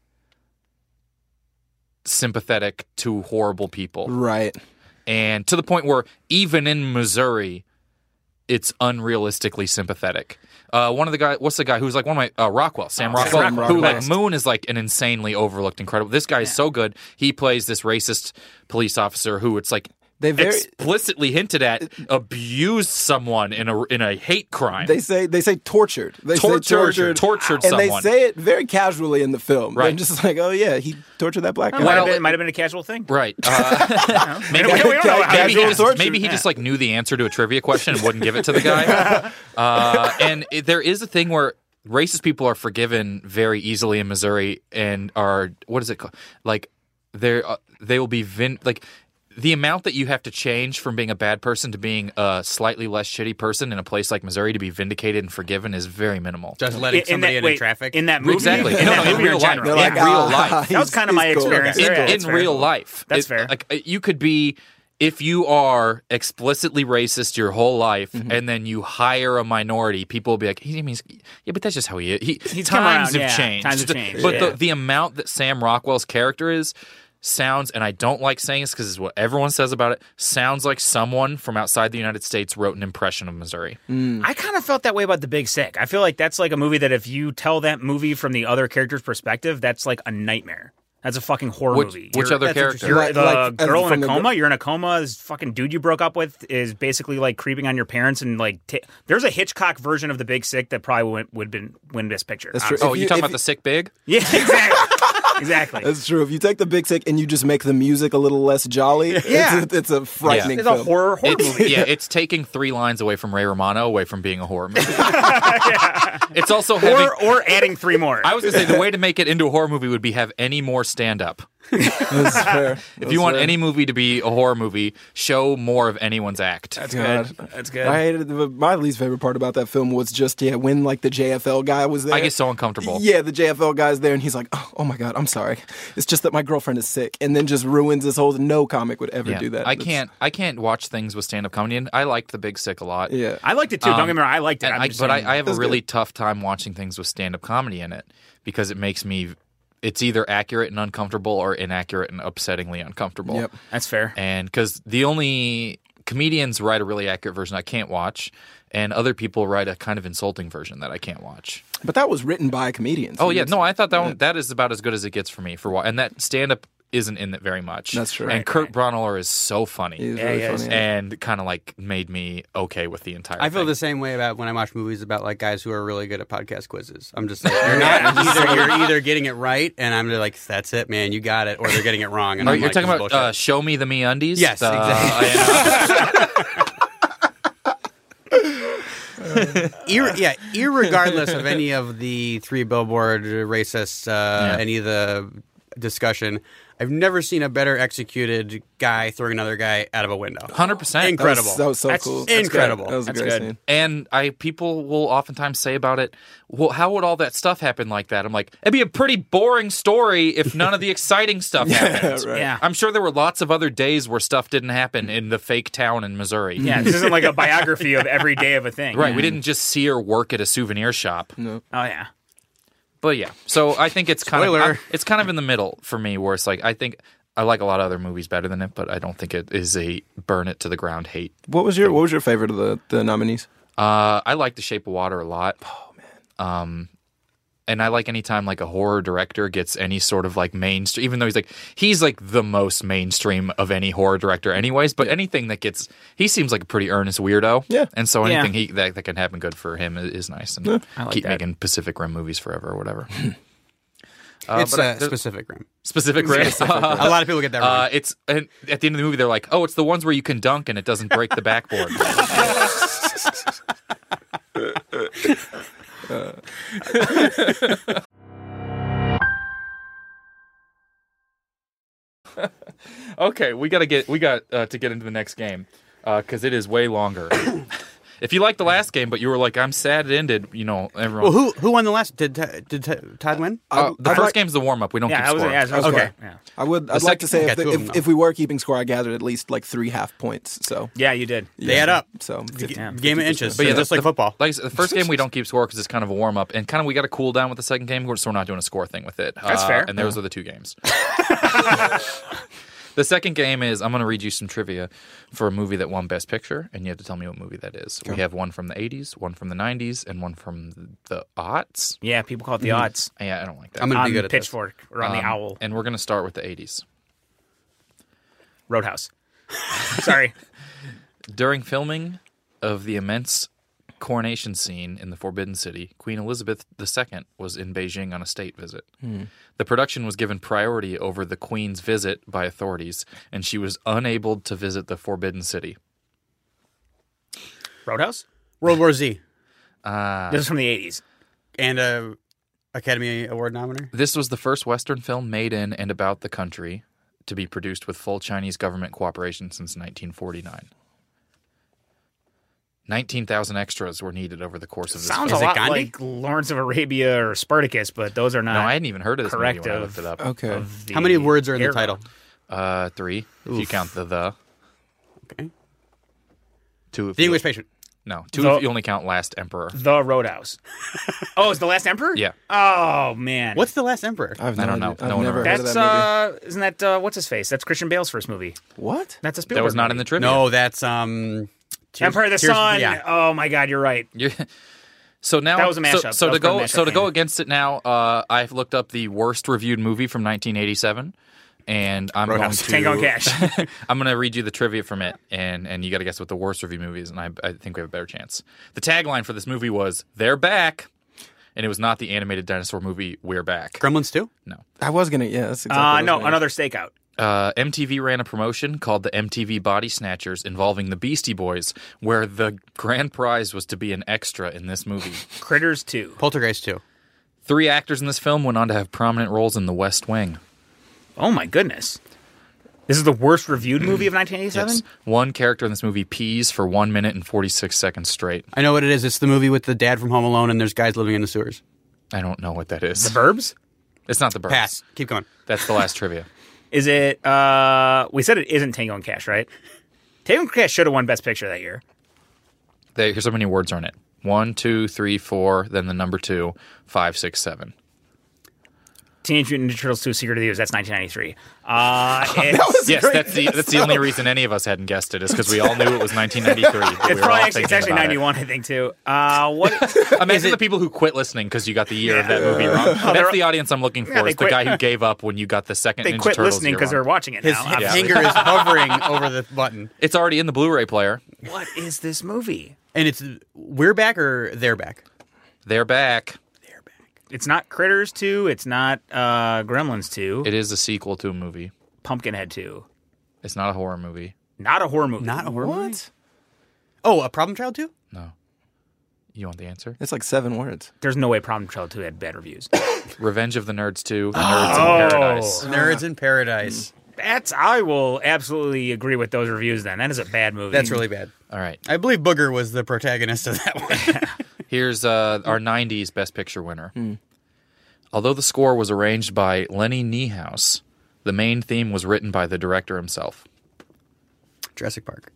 sympathetic to horrible people Right. and to the point where even in Missouri, it's unrealistically sympathetic. Uh, one of the guy, what's the guy who's like one of my uh, Rockwell, Sam Oh, Sam Rockwell, Rockwell. who like Rockwell. Moon is like an insanely overlooked, incredible. This guy is so good. He plays this racist police officer who it's like. They very- explicitly hinted at abused someone in a in a hate crime. They say they say tortured. They Tortured, say tortured, tortured and someone. they say it very casually in the film. They're Right. just like, oh yeah, he tortured that black It guy. might, have been, it might have been a casual thing. Right. Uh, <laughs> maybe, We don't- we don't know how maybe he he is. just, maybe he Yeah. just like knew the answer to a trivia question and wouldn't give it to the guy. Uh, and it, there is a thing where racist people are forgiven very easily in Missouri and are what is it called? Like they uh, they will be vin- like the amount that you have to change from being a bad person to being a slightly less shitty person in a place like Missouri to be vindicated and forgiven is very minimal. Just letting In- in somebody that- in in wait, traffic? in that movie? Exactly. In no, that no, in movie or real life. in general? In They're like, real "Ah, life. that was kinda my he's cool." experience. In, Yeah, in that's fair. real life. That's It- fair. Like uh, you could be if you are explicitly racist your whole life Mm-hmm. and then you hire a minority, people will be like, he, I mean, he's- yeah, but that's just how he is. He, He's come times around, have yeah. changed. Times have changed, But yeah. the, the amount that Sam Rockwell's character is sounds, and I don't like saying this because it's what everyone says about it, sounds like someone from outside the United States wrote an impression of Missouri. Mm-hmm. I kind of felt that way about The Big Sick. I feel like that's like a movie that if you tell that movie from the other character's perspective, that's like a nightmare. That's a fucking horror Which- movie. which other that's character? You're Like- the like, as girl in from a the- coma. You're in a coma. This fucking dude you broke up with is basically like creeping on your parents and like. ta There's a Hitchcock version of The Big Sick that probably would would been win Best Picture. That's true. honestly. If Oh, you you- talking if about the sick <laughs> big? <laughs> Yeah, exactly. <laughs> exactly. That's true. If you take the big sick and you just make the music a little less jolly, Yeah. it's, a, it's a frightening It's film. a horror horror It's- movie. yeah, it's taking three lines away from Ray Romano, away from being a horror <laughs> movie. It's also having. Or or adding three more. I was gonna say the way to make it into a horror movie would be have any more stand up. That's fair. <laughs> If you want any movie to be a horror movie, show more of anyone's act. That's good. That's good. I hated the, my least favorite part about that film was just yeah when like the JFL guy was there. I get so uncomfortable. Yeah, the JFL guy's there, and he's like, oh, oh my god, I'm sorry. It's just that my girlfriend is sick," and then just ruins this whole. No comic would ever Yeah. do that. I That's- can't. I can't watch things with stand up comedy. And I liked The Big Sick a lot. Yeah, I liked it too. don't Um, get me wrong. I liked it. And I'm I, just but saying. I, I have a That's really tough time watching things with stand up comedy in it because it makes me. It's either accurate and uncomfortable or inaccurate and upsettingly uncomfortable. Yep. that's fair. and because the only comedians write a really accurate version I can't watch, and other people write a kind of insulting version that I can't watch. But that was written by comedians. Oh yeah, no, I thought that one that is about as good as it gets for me for why, and that stand up isn't in it very much. That's true. And Right, Kurt Braunohler is so funny. He was really yeah, funny. And kind of like made me okay with the entire. I feel thing. the same way about when I watch movies about like guys who are really good at podcast quizzes. I'm just like, you're not either. You're either getting it right, and I'm like, that's it, man, you got it, or they're getting it wrong. And Are I'm you like, talking this about is uh, bullshit. "Show Me the Me Undies"? Uh, Yes, The- <laughs> exactly. Uh, Ir- <laughs> yeah, irregardless of any of the three billboard racists, uh, Yeah. any of the discussion, I've never seen a better executed guy throwing another guy out of a window. 100%. That was- incredible. That was so That's- cool. that's Incredible. That was a That's great good. scene. And I people will oftentimes say about it, well, how would all that stuff happen like that? I'm like, it'd be a pretty boring story if none of the exciting stuff happened. right. Yeah. I'm sure there were lots of other days where stuff didn't happen in the fake town in Missouri. Yeah, this isn't like a biography of every day of a thing. Right. We didn't just see her work at a souvenir shop. Oh yeah. But yeah, so I think it's kind Spoiler. of I- it's kind of in the middle for me, where it's like I think I like a lot of other movies better than it, but I don't think it is a burn it to the ground hate. What was your What was your favorite of the the nominees? Uh, I like The Shape of Water a lot. Oh man. Um, and I like anytime like a horror director gets any sort of like mainstream, even though he's like he's like the most mainstream of any horror director, anyways. But anything that gets he seems like a pretty earnest weirdo. Yeah. And so Yeah. anything he that, that can happen good for him i- is nice. And I like keep that. making Pacific Rim movies forever or <clears throat> whatever. Uh, it's but I- a there's- specific room. specific Rim. <laughs> A lot of people get that wrong. Uh, it's and at the end of the movie, they're like, "Oh, it's the ones where you can dunk and it doesn't break the backboard." <laughs> okay, we gotta get we got uh, to get into the next game because it is way longer. if you liked the last game, but you were like, "I'm sad it ended," you know, everyone. well, who who won the last? Did Ti- did Ti- Todd win? Uh, the I'd first like- game's the warm up. We don't Yeah, keep I was, score. yeah, I was Okay. okay. Yeah. I would. I'd like to say if, got the, two of if, them. if we were keeping score, I gathered at least like three half points. So yeah, you did. They add up. So Yeah. Game of inches. But yeah, just the- like the- football. Like I said, the first <laughs> game, we don't keep score because it's kind of a warm up, and kind of we got to cool down with the second game, so we're not doing a score thing with it. Uh, That's fair. And those are the two <laughs> games. the second game is I'm going to read you some trivia for a movie that won Best Picture, and you have to tell me what movie that is. We have one from the 80s, one from the 90s, and one from the aughts. Yeah, people call it the odds Yeah, I don't like that. Mm-hmm. I'm gonna be on good at this. Pitchfork or on the Um, Owl And we're going to start with the 80s. Roadhouse. <laughs> Sorry, During filming of the immense coronation scene in the Forbidden City, Queen Elizabeth II was in Beijing on a state visit. The production was given priority over the Queen's visit by authorities, and she was unable to visit the Forbidden City. Roadhouse. World War Z Uh, This is from the '80s. and a Academy Award nominator. this was the first Western film made in and about the country to be produced with full Chinese government cooperation since 1949. 19,000 extras were needed over the course of this Sounds film. a it lot Gandhi? like Lawrence of Arabia or Spartacus, but those are No, I not hadn't even heard of this movie when I corrective. looked it up. okay. of the How many words are in era. the title? Uh, three. If you count the the. Okay. Two. If The you- English Patient. No, two. The- if you only count last emperor. <laughs> The Roadhouse. oh, it's the Last Emperor. Yeah. Oh man. What's the last emperor? I've I no don't know. idea. I've No one never heard That's of that uh, isn't that uh, what's his face? That's Christian Bale's first movie. movie. What? That's a Spielberg. That was not movie. in the trivia. no, that's um. Tears- Empire of the Tears- Sun. Yeah. Oh my God, you're right. You're- so now That was a So, mashup. so That to was go from a mashup so to go thing. against it now, uh, I've looked up the worst reviewed movie from 1987, and I'm Roadhouse. going to Tango <laughs> and Cash. I'm going to read you the trivia from it, and and you got to guess what the worst reviewed movie is, and I, I think we have a better chance. The tagline for this movie was "They're back," and it was not the animated dinosaur movie "We're Back." Gremlins too. I was gonna. Yeah. That's exactly what Uh, I was no, gonna- another stakeout. uh, MTV ran a promotion called the MTV Body Snatchers involving the Beastie Boys, where the grand prize was to be an extra in this movie. <laughs> Critters Two. Poltergeist too. Three actors in this film went on to have prominent roles in The West Wing. Oh my goodness. This is the worst reviewed movie of 1987. Yes. One character in this movie pees for one minute and 46 seconds straight. I know what it is. It's the movie with the dad from Home Alone, and there's guys living in the sewers. I don't know what that is. Verbs? It's not the bird. Pass. Keep going. That's the <laughs> last trivia. Is it? uh We said it isn't Tango and Cash, right? Tango and Cash should have won Best Picture that year. There, here's how many words are in it. One, two, three, four, then the number two, five, six, seven. Teenage Mutant Ninja Turtles 2: Secret of the Ooze. That's 1993. Uh, <laughs> it's, Yes, that's the that's the <laughs> only reason any of us hadn't guessed it is because we all knew it was 1993. but we it's were all probably actually, it's thinking actually about it. 91, I think too. Uh, <laughs> what? Imagine the people who quit listening because you got the year of that movie <laughs> wrong. That's the audience I'm looking for. Oh, Yeah, they is the guy quit- who gave up when you got the second they Ninja quit Turtles listening year because they're wrong. watching it His now. his obviously. finger is hovering over the button, It's already in the Blu-ray player. What is this movie? and it's we're back or they're back. They're back. It's not Critters 2. It's not uh, Gremlins 2. It is a sequel to a movie. Pumpkinhead 2. It's not a horror movie. Not a horror movie. Not a horror what? Oh, a problem child too. No. You want the <laughs> answer? It's like seven words. There's no way Problem Child 2 had <laughs> bad reviews. Oh. Revenge of the Nerds <gasps> 2, The Ah! Nerds in Uh, Paradise. Nerds in Paradise. That's I will absolutely agree with those reviews. Then that is a bad movie. That's really bad. All right. I believe Booger was the protagonist of that one. <laughs> Here's uh, our 90s Best Picture winner. Hmm. Although the score was arranged by Lenny Niehaus, the main theme was written by the director himself. Jurassic Park.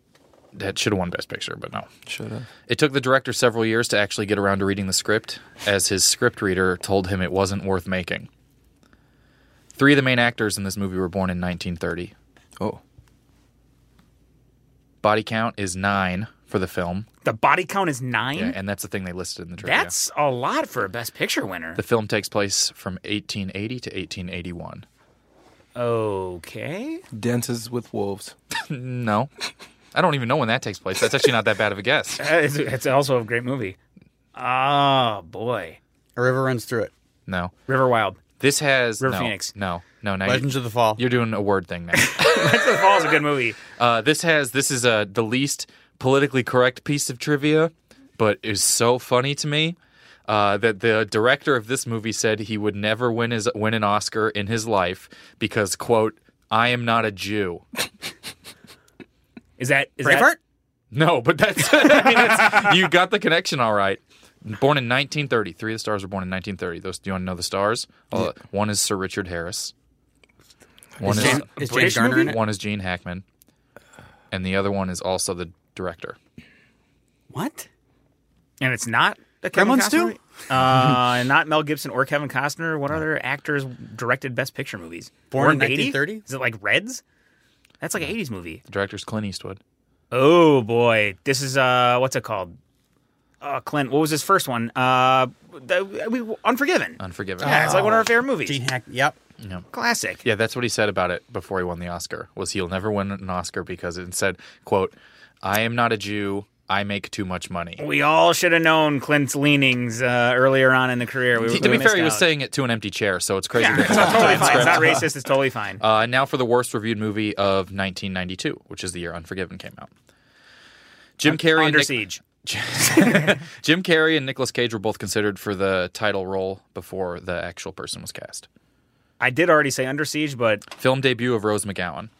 that should have won Best Picture, but no. Should have. It took the director several years to actually get around to reading the script, as his script reader told him it wasn't worth making. Three of the main actors in this movie were born in 1930. Oh. Body count is nine for the film, The body count is nine. yeah, and that's the thing they listed in the trivia. Mm-hmm. That's a lot for a Best Picture winner. the film takes place from 1880 to 1881. Okay. Dances with wolves. No, I don't even know when that takes place. That's actually not that bad of a <laughs> guess. Uh, It's, it's also a great movie. Oh, boy. A river runs through it. No, River Wild. this has River no, Phoenix. No, no, no. Legends You, of the Fall. you're doing a word thing now. That's the Fall's a good movie. Uh, this has this is uh, the least politically correct piece of trivia, but is so funny to me uh, that the director of this movie said he would never win his win an Oscar in his life because quote I am not a Jew. <laughs> Is that is Braveheart? that No, but that's, <laughs> I mean, that's you got the connection all right. Born in 1930, three of the stars were born in 1930. Those do you want to know the stars? Uh, One is Sir Richard Harris. One Is is, James, is James British Garner in it? one is Gene Hackman, and the other one is also the director. What? and it's not a Kevin Gremlins Costner too? movie? Uh, <laughs> not Mel Gibson or Kevin Costner. What other actors directed Best Picture movies? Born in Warren Beatty? 1930? Is it like Reds? That's like an '80s movie. The director's Clint Eastwood. Oh boy, this is uh, what's it called? Uh, Clint. What was his first one? Uh, the, we, Unforgiven. Unforgiven. yeah, it's like one of our favorite movies. Gene Hack. Yep. Classic. Oh. Yeah, that's what he said about it before he won the Oscar. Was he'll never win an Oscar because it said, "quote I am not a Jew. I make too much money." We all should have known Clint's leanings uh, earlier on in the career. We, He- to we be fair, he was missed out. saying it to an empty chair, so it's crazy. Yeah, that it's it's not totally on fine. It's script. not racist. It's totally fine. <laughs> Uh, now for the worst reviewed movie of 1992, which is the year Unforgiven came out. Jim Carrey and Under Nic- siege. Jim Carrey and Nicolas Cage were both considered for the title role before the actual person was cast. I did already say under siege, but Film debut of Rose McGowan.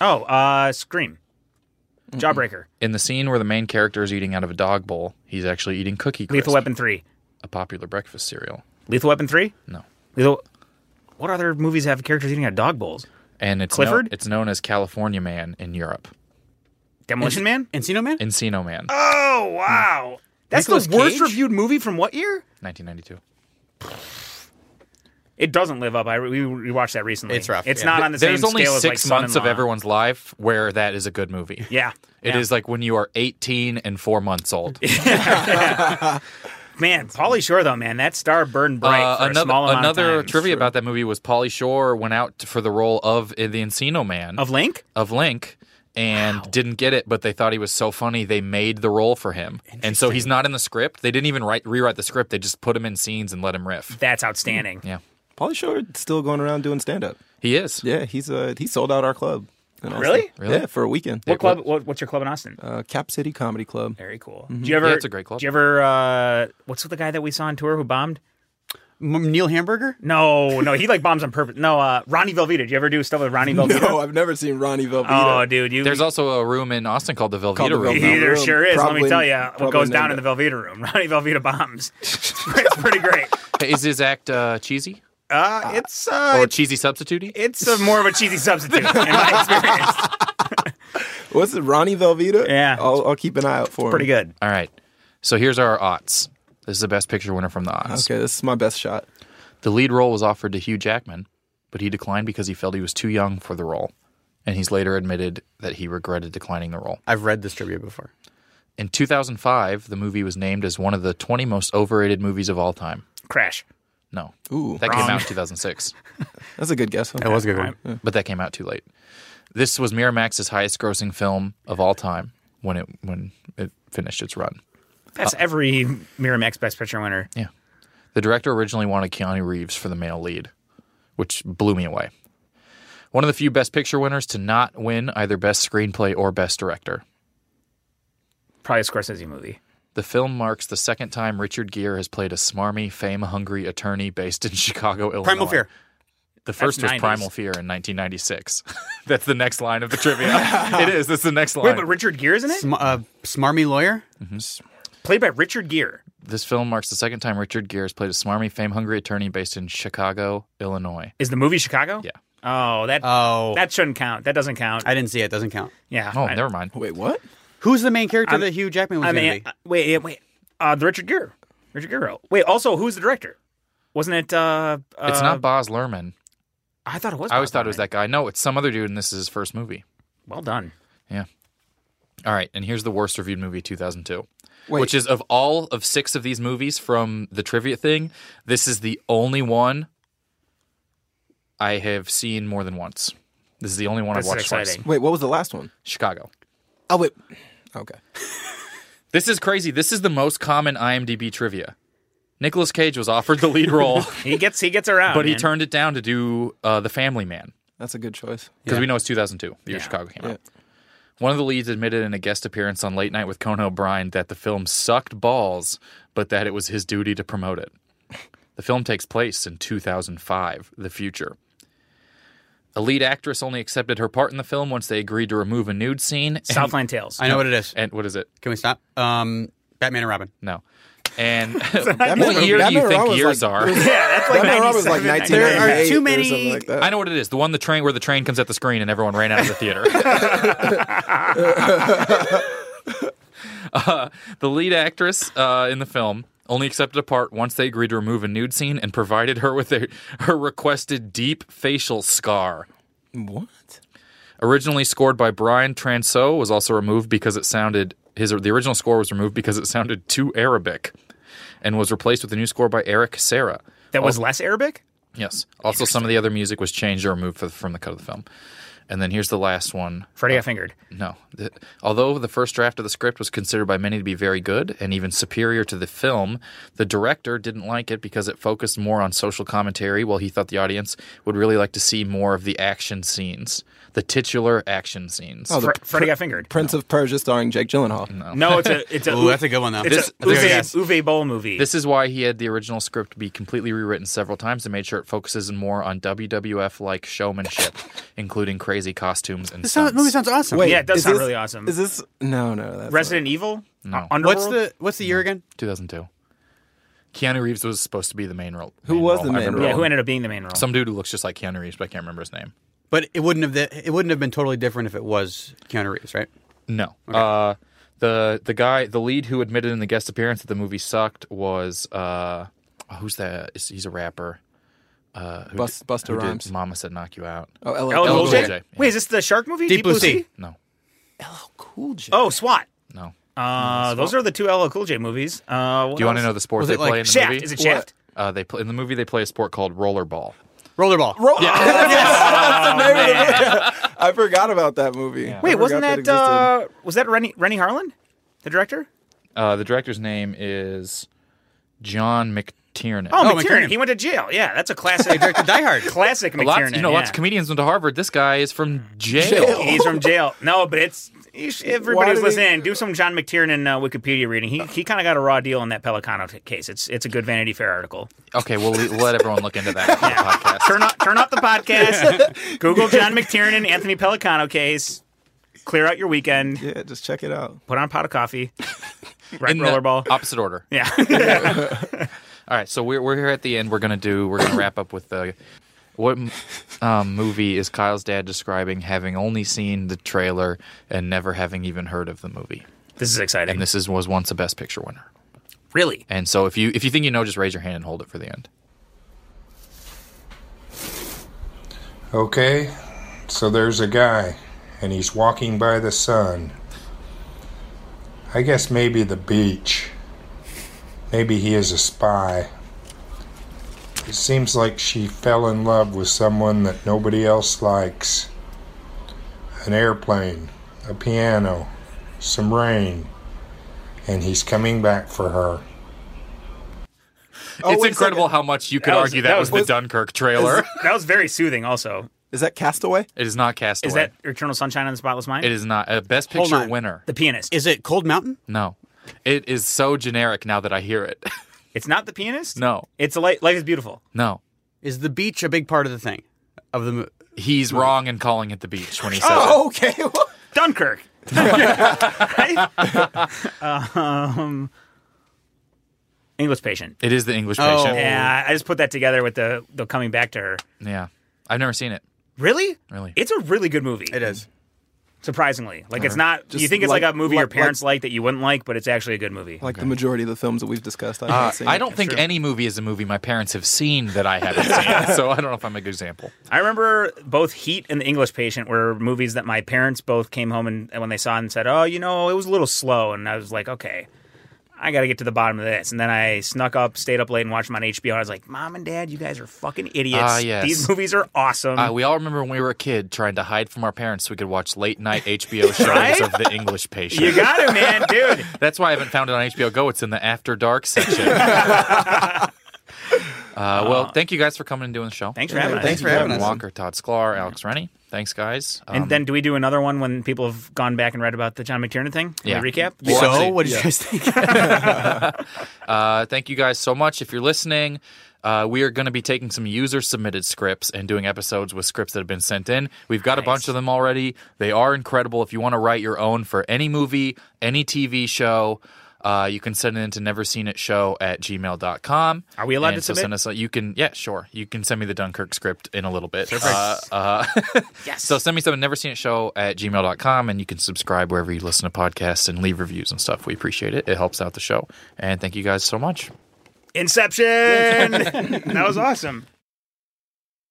oh, uh, scream, jawbreaker, In the scene where the main character is eating out of a dog bowl, he's actually eating cookie crisp, lethal weapon three, a popular breakfast cereal. lethal weapon three. No. Lethal. What other movies have characters eating out of dog bowls? And it's Clifford? known- it's known as California Man in Europe. Demolition Man. Encino Man? Encino Man, Oh wow, that's Nicolas the worst Cage? reviewed movie from what year? 1992. It doesn't live up. I re- we watched that recently. It's rough, It's yeah. not on the There's same only scale as like six months of Son-in-Law. everyone's life where that is a good movie. Yeah, It yeah. is like when you are 18 and four months <laughs> old. man. Pauly Shore though, man, that star burned bright Uh, for another a small amount another of time. trivia about that movie was Polly Shore went out for the role of uh, the Encino Man of Link. of Link and didn't get it, but they thought he was so funny they made the role for him. And so he's not in the script. They didn't even write rewrite the script. They just put him in scenes and let him riff. That's outstanding. Yeah, Pauly Shore still going around doing stand up. he is. Yeah, he's uh he sold out our club. in Austin. Really? Really? Yeah, for a weekend. What club? What, what's your club in Austin? Uh, Cap City Comedy <laughs> Club. Very cool. Do you ever? mm-hmm. Yeah, it's a great club. Do you ever? Uh, what's with the guy that we saw on tour who bombed? M- Neil Hamburger? No, no, he like bombs on purpose. No, uh, Ronnie Velveeta. Did you ever do stuff with Ronnie Velveeta? No, I've never seen Ronnie Velveeta. oh, dude, you. There's also a room in Austin called the Called the Velveeta Velveeta Room. he Room. there sure is. Let me Probably- tell you what probably goes down in named the Velveeta room. <laughs> Ronnie Velveeta bombs. <laughs> it's pretty great. Is his act uh, cheesy Uh, it's or uh, cheesy substitutey? it's a more of a cheesy substitute in my experience. What's it, Ronnie Velveeta? Yeah. I'll, I'll keep an eye out for Pretty him. good. All right. So here's our odds. This is the best picture winner from the odds. Okay, this is my best shot. The lead role was offered to Hugh Jackman, but he declined because he felt he was too young for the role. And he's later admitted that he regretted declining the role. I've read this trivia before. In 2005, the movie was named as one of the 20 most overrated movies of all time. Crash. No. Ooh, that came out in 2006, that's a good guess. That was a good one. but that came out too late. This was Miramax's highest grossing film of all time when it when it finished its run. That's every Miramax Best Picture winner. The director originally wanted Keanu Reeves for the male lead, which blew me away. One of the few Best Picture winners to not win either Best Screenplay or Best Director. Probably a Scorsese movie. The film marks the second time Richard Gere has played a smarmy, fame hungry attorney based in <laughs> Chicago, Illinois. Primal Fear. The first was 90s. Primal Fear in 1996. <laughs> That's the next line of the trivia. it is. That's the next line. Wait, but Richard Gere is in it? Sm- uh, smarmy lawyer? Hmm. Played by Richard Gere. this film marks the second time Richard Gere has played a smarmy, fame hungry attorney based in Chicago, Illinois. Is the movie Chicago? Yeah. Oh, that Oh. that shouldn't count. That doesn't count. I didn't see it. Doesn't count. yeah. Oh, I- never mind. Wait, what? Who's the main character that Hugh Jackman was I going mean, to be? uh, wait, yeah, wait. Uh, the Richard Gere, Richard Gere. Wait, also, who's the director? Wasn't it? Uh, uh, It's not Boz Lerman. I thought it was. I always Bob thought it was Dylan. that guy. No, it's some other dude, and this is his first movie. Well done. All right, and here's the worst reviewed movie of 2002, Wait. which is of all of six of these movies from the trivia thing, this is the only one I have seen more than once. This is the only one That's I've watched exciting. twice. Wait, what was the last one? Chicago. Oh wait. Okay. This is crazy. This is the most common IMDb trivia. Nicolas Cage was offered the lead role, <laughs> He gets he gets around, <laughs> but he man. turned it down to do uh, The Family Man. That's a good choice. because we know it's 2002, the year Chicago came out. One of the leads admitted in a guest appearance on Late Night with Conan O'Brien that the film sucked balls, but that it was his duty to promote it. The film takes place in 2005, the future. A lead actress only accepted her part in the film once they agreed to remove a nude scene. and- Southland Tales. <laughs> I know what it is. And what is it? Can we stop? Um, Batman and Robin. No. <laughs> And <laughs> what year do you Batman think was years like- are? that's like Batman Robin was like 97, There are 1998 too or many- something like that. I know what it is. The one the train where the train comes at the screen and everyone ran out of the theater. <laughs> Uh, the lead actress uh, in the film only accepted a part once they agreed to remove a nude scene and provided her with a, her requested deep facial scar. What? Originally scored by Brian Transo, was also removed because it sounded his the original score was removed because it sounded too Arabic, and was replaced with a new score by Eric Serra. that was less Arabic. Yes. Also, some of the other music was changed or removed for, from the cut of the film. And then here's the last one. Freddie got fingered. No. The- although the first draft of the script was considered by many to be very good and even superior to the film, the director didn't like it because it focused more on social commentary, while he thought the audience would really like to see more of the action scenes, the titular action scenes. Oh, the Fre- Pr- Freddie got fingered. Prince of Persia starring Jake Gyllenhaal. No, it's a it's a Ooh, that's a good one though. it's a There it Uwe, is. Uwe Boll movie. This is why he had the original script be completely rewritten several times and made sure it focuses more on WWF like showmanship, including crazy costumes and This sounds- stunts. movie sounds awesome. Wait, Yeah, it does is sound this- really awesome. Is this no no that's Resident Evil. Uh, No. Underworld. what's the what's the year again? 2002. Keanu Reeves was supposed to be the main role. Who main was role. the I main remember yeah? role? Who ended up being the main role? Some dude who looks just like Keanu Reeves, but I can't remember his name. But it wouldn't have the, it wouldn't have been totally different if it was Keanu Reeves, right? No. Uh, the the guy, the lead who admitted in the guest appearance that the movie sucked was uh, oh, who's that? Is- He's a rapper. Uh, who Bus- did- Busta who did Rhymes. Mama said knock you out. Oh, LL, LL Cool Cool J. J. Wait, is this the shark movie? Deep Blue Sea. No, Cool J. Oh, SWAT. no. Uh, those are the two LL Cool J movies. Uh, Do you want to know the sport Was they it like play in the Shaft? movie? Is it Shaft? uh, they play in the movie. They play a sport called rollerball. Rollerball. <laughs> <laughs> I forgot about that movie. I Wait, forgot wasn't that, existed. uh, was that Rennie Rennie Harlan, the director? Uh, the director's name is John McTiernan. Oh, Oh, McTiernan. McTiernan. He went to jail. Yeah, that's a classic. Directed Die Hard. classic McTiernan. lots, you know, yeah. lots of comedians went to Harvard. This guy is from jail. He's from jail. No, but it's you sh- everybody who's did he- listening. Do some John McTiernan uh, Wikipedia reading. He he kind of got a raw deal in that Pelicano t- case. It's it's a good Vanity Fair article. Okay, we'll le- let everyone look into that on the podcast. Turn off turn off the podcast. Google John McTiernan Anthony Pelicano case. Clear out your weekend. Yeah, just check it out. Put on a pot of coffee. Right In the <laughs> rollerball. Opposite order. yeah. <laughs> All right, so we're, we're here at the end. We're gonna do. We're gonna wrap up with the what um, movie is Kyle's dad describing having only seen the trailer and never having even heard of the movie? this is exciting. And this is was once a Best Picture winner. really. And so if you if you think you know, just raise your hand and hold it for the end. Okay, so there's a guy, and he's walking by the sun. I guess maybe the beach. Maybe he is a spy. It seems like she fell in love with someone that nobody else likes an airplane, a piano, some rain, and he's coming back for her. Oh, it's wait a incredible how much you could That was- argue that, that was, was- the Dunkirk trailer. <laughs> That was very soothing also. Is that <laughs> Castaway? it is not Castaway. Is that Eternal Sunshine on the Spotless Mind? It is not a Best Hold Picture on. winner. The Pianist. Is it Cold Mountain? No, it is so generic now that I hear it. <laughs> it's not The Pianist? no, It's a light, life is beautiful. no, Is the beach a big part of the thing? Of the mo- he's wrong in calling it the beach when he says it. Oh, okay. Dunkirk. <laughs> right? um, English patient. It is the English Oh. patient. Yeah, I just put that together with the the coming back to her. Yeah. I've never seen it. Really? Really. It's a really good movie. it is. Surprisingly, like it's not. Just you think it's like, like- a movie your like- parents like, that you wouldn't like, but it's actually a good movie. Like the majority of the films that we've discussed, I Uh, haven't seen. I don't think any movie is a movie my parents have seen that I haven't seen. so I don't know if I'm a good example. I remember both Heat and The English Patient were movies that my parents both came home and and when they saw it and said, "Oh, you know, it was a little slow," and I was like, "Okay." I got to get to the bottom of this. And then I snuck up, stayed up late, and watched them on HBO. I was like, Mom and Dad, you guys are fucking idiots. Ah, yes. These movies are awesome. Uh, we all remember when we were a kid trying to hide from our parents so we could watch late night HBO shows Right? of The English Patient. you got <laughs> it, man, dude. That's why I haven't found it on HBO Go. It's in the After Dark section. uh, well, thank you guys for coming and doing the show. Thanks for having us. Thanks for having us. Kevin Walker, Todd Sklar, Alex Rennie. Thanks, guys. Um, And then do we do another one when people have gone back and read about the John McTiernan thing? Can we Yeah. recap? Well, actually- So, what did you guys think? Uh, thank you guys so much. If you're listening, uh, we are going to be taking some user submitted scripts and doing episodes with scripts that have been sent in. We've got a bunch of them already. They are incredible. If you want to write your own for any movie, any TV show, uh, you can send it in to neverseenitzhow at gmail.com. Are we allowed And to so submit? Send us a, you can, yeah, sure. You can send me the Dunkirk script in a little bit. Uh, uh, <laughs> Yes. so send me something, neverseenitzhow at gmail.com, and you can subscribe wherever you listen to podcasts and leave reviews and stuff. We appreciate it. It helps out the show. And thank you guys so much. Inception. that was awesome.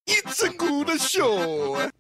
It's a good show.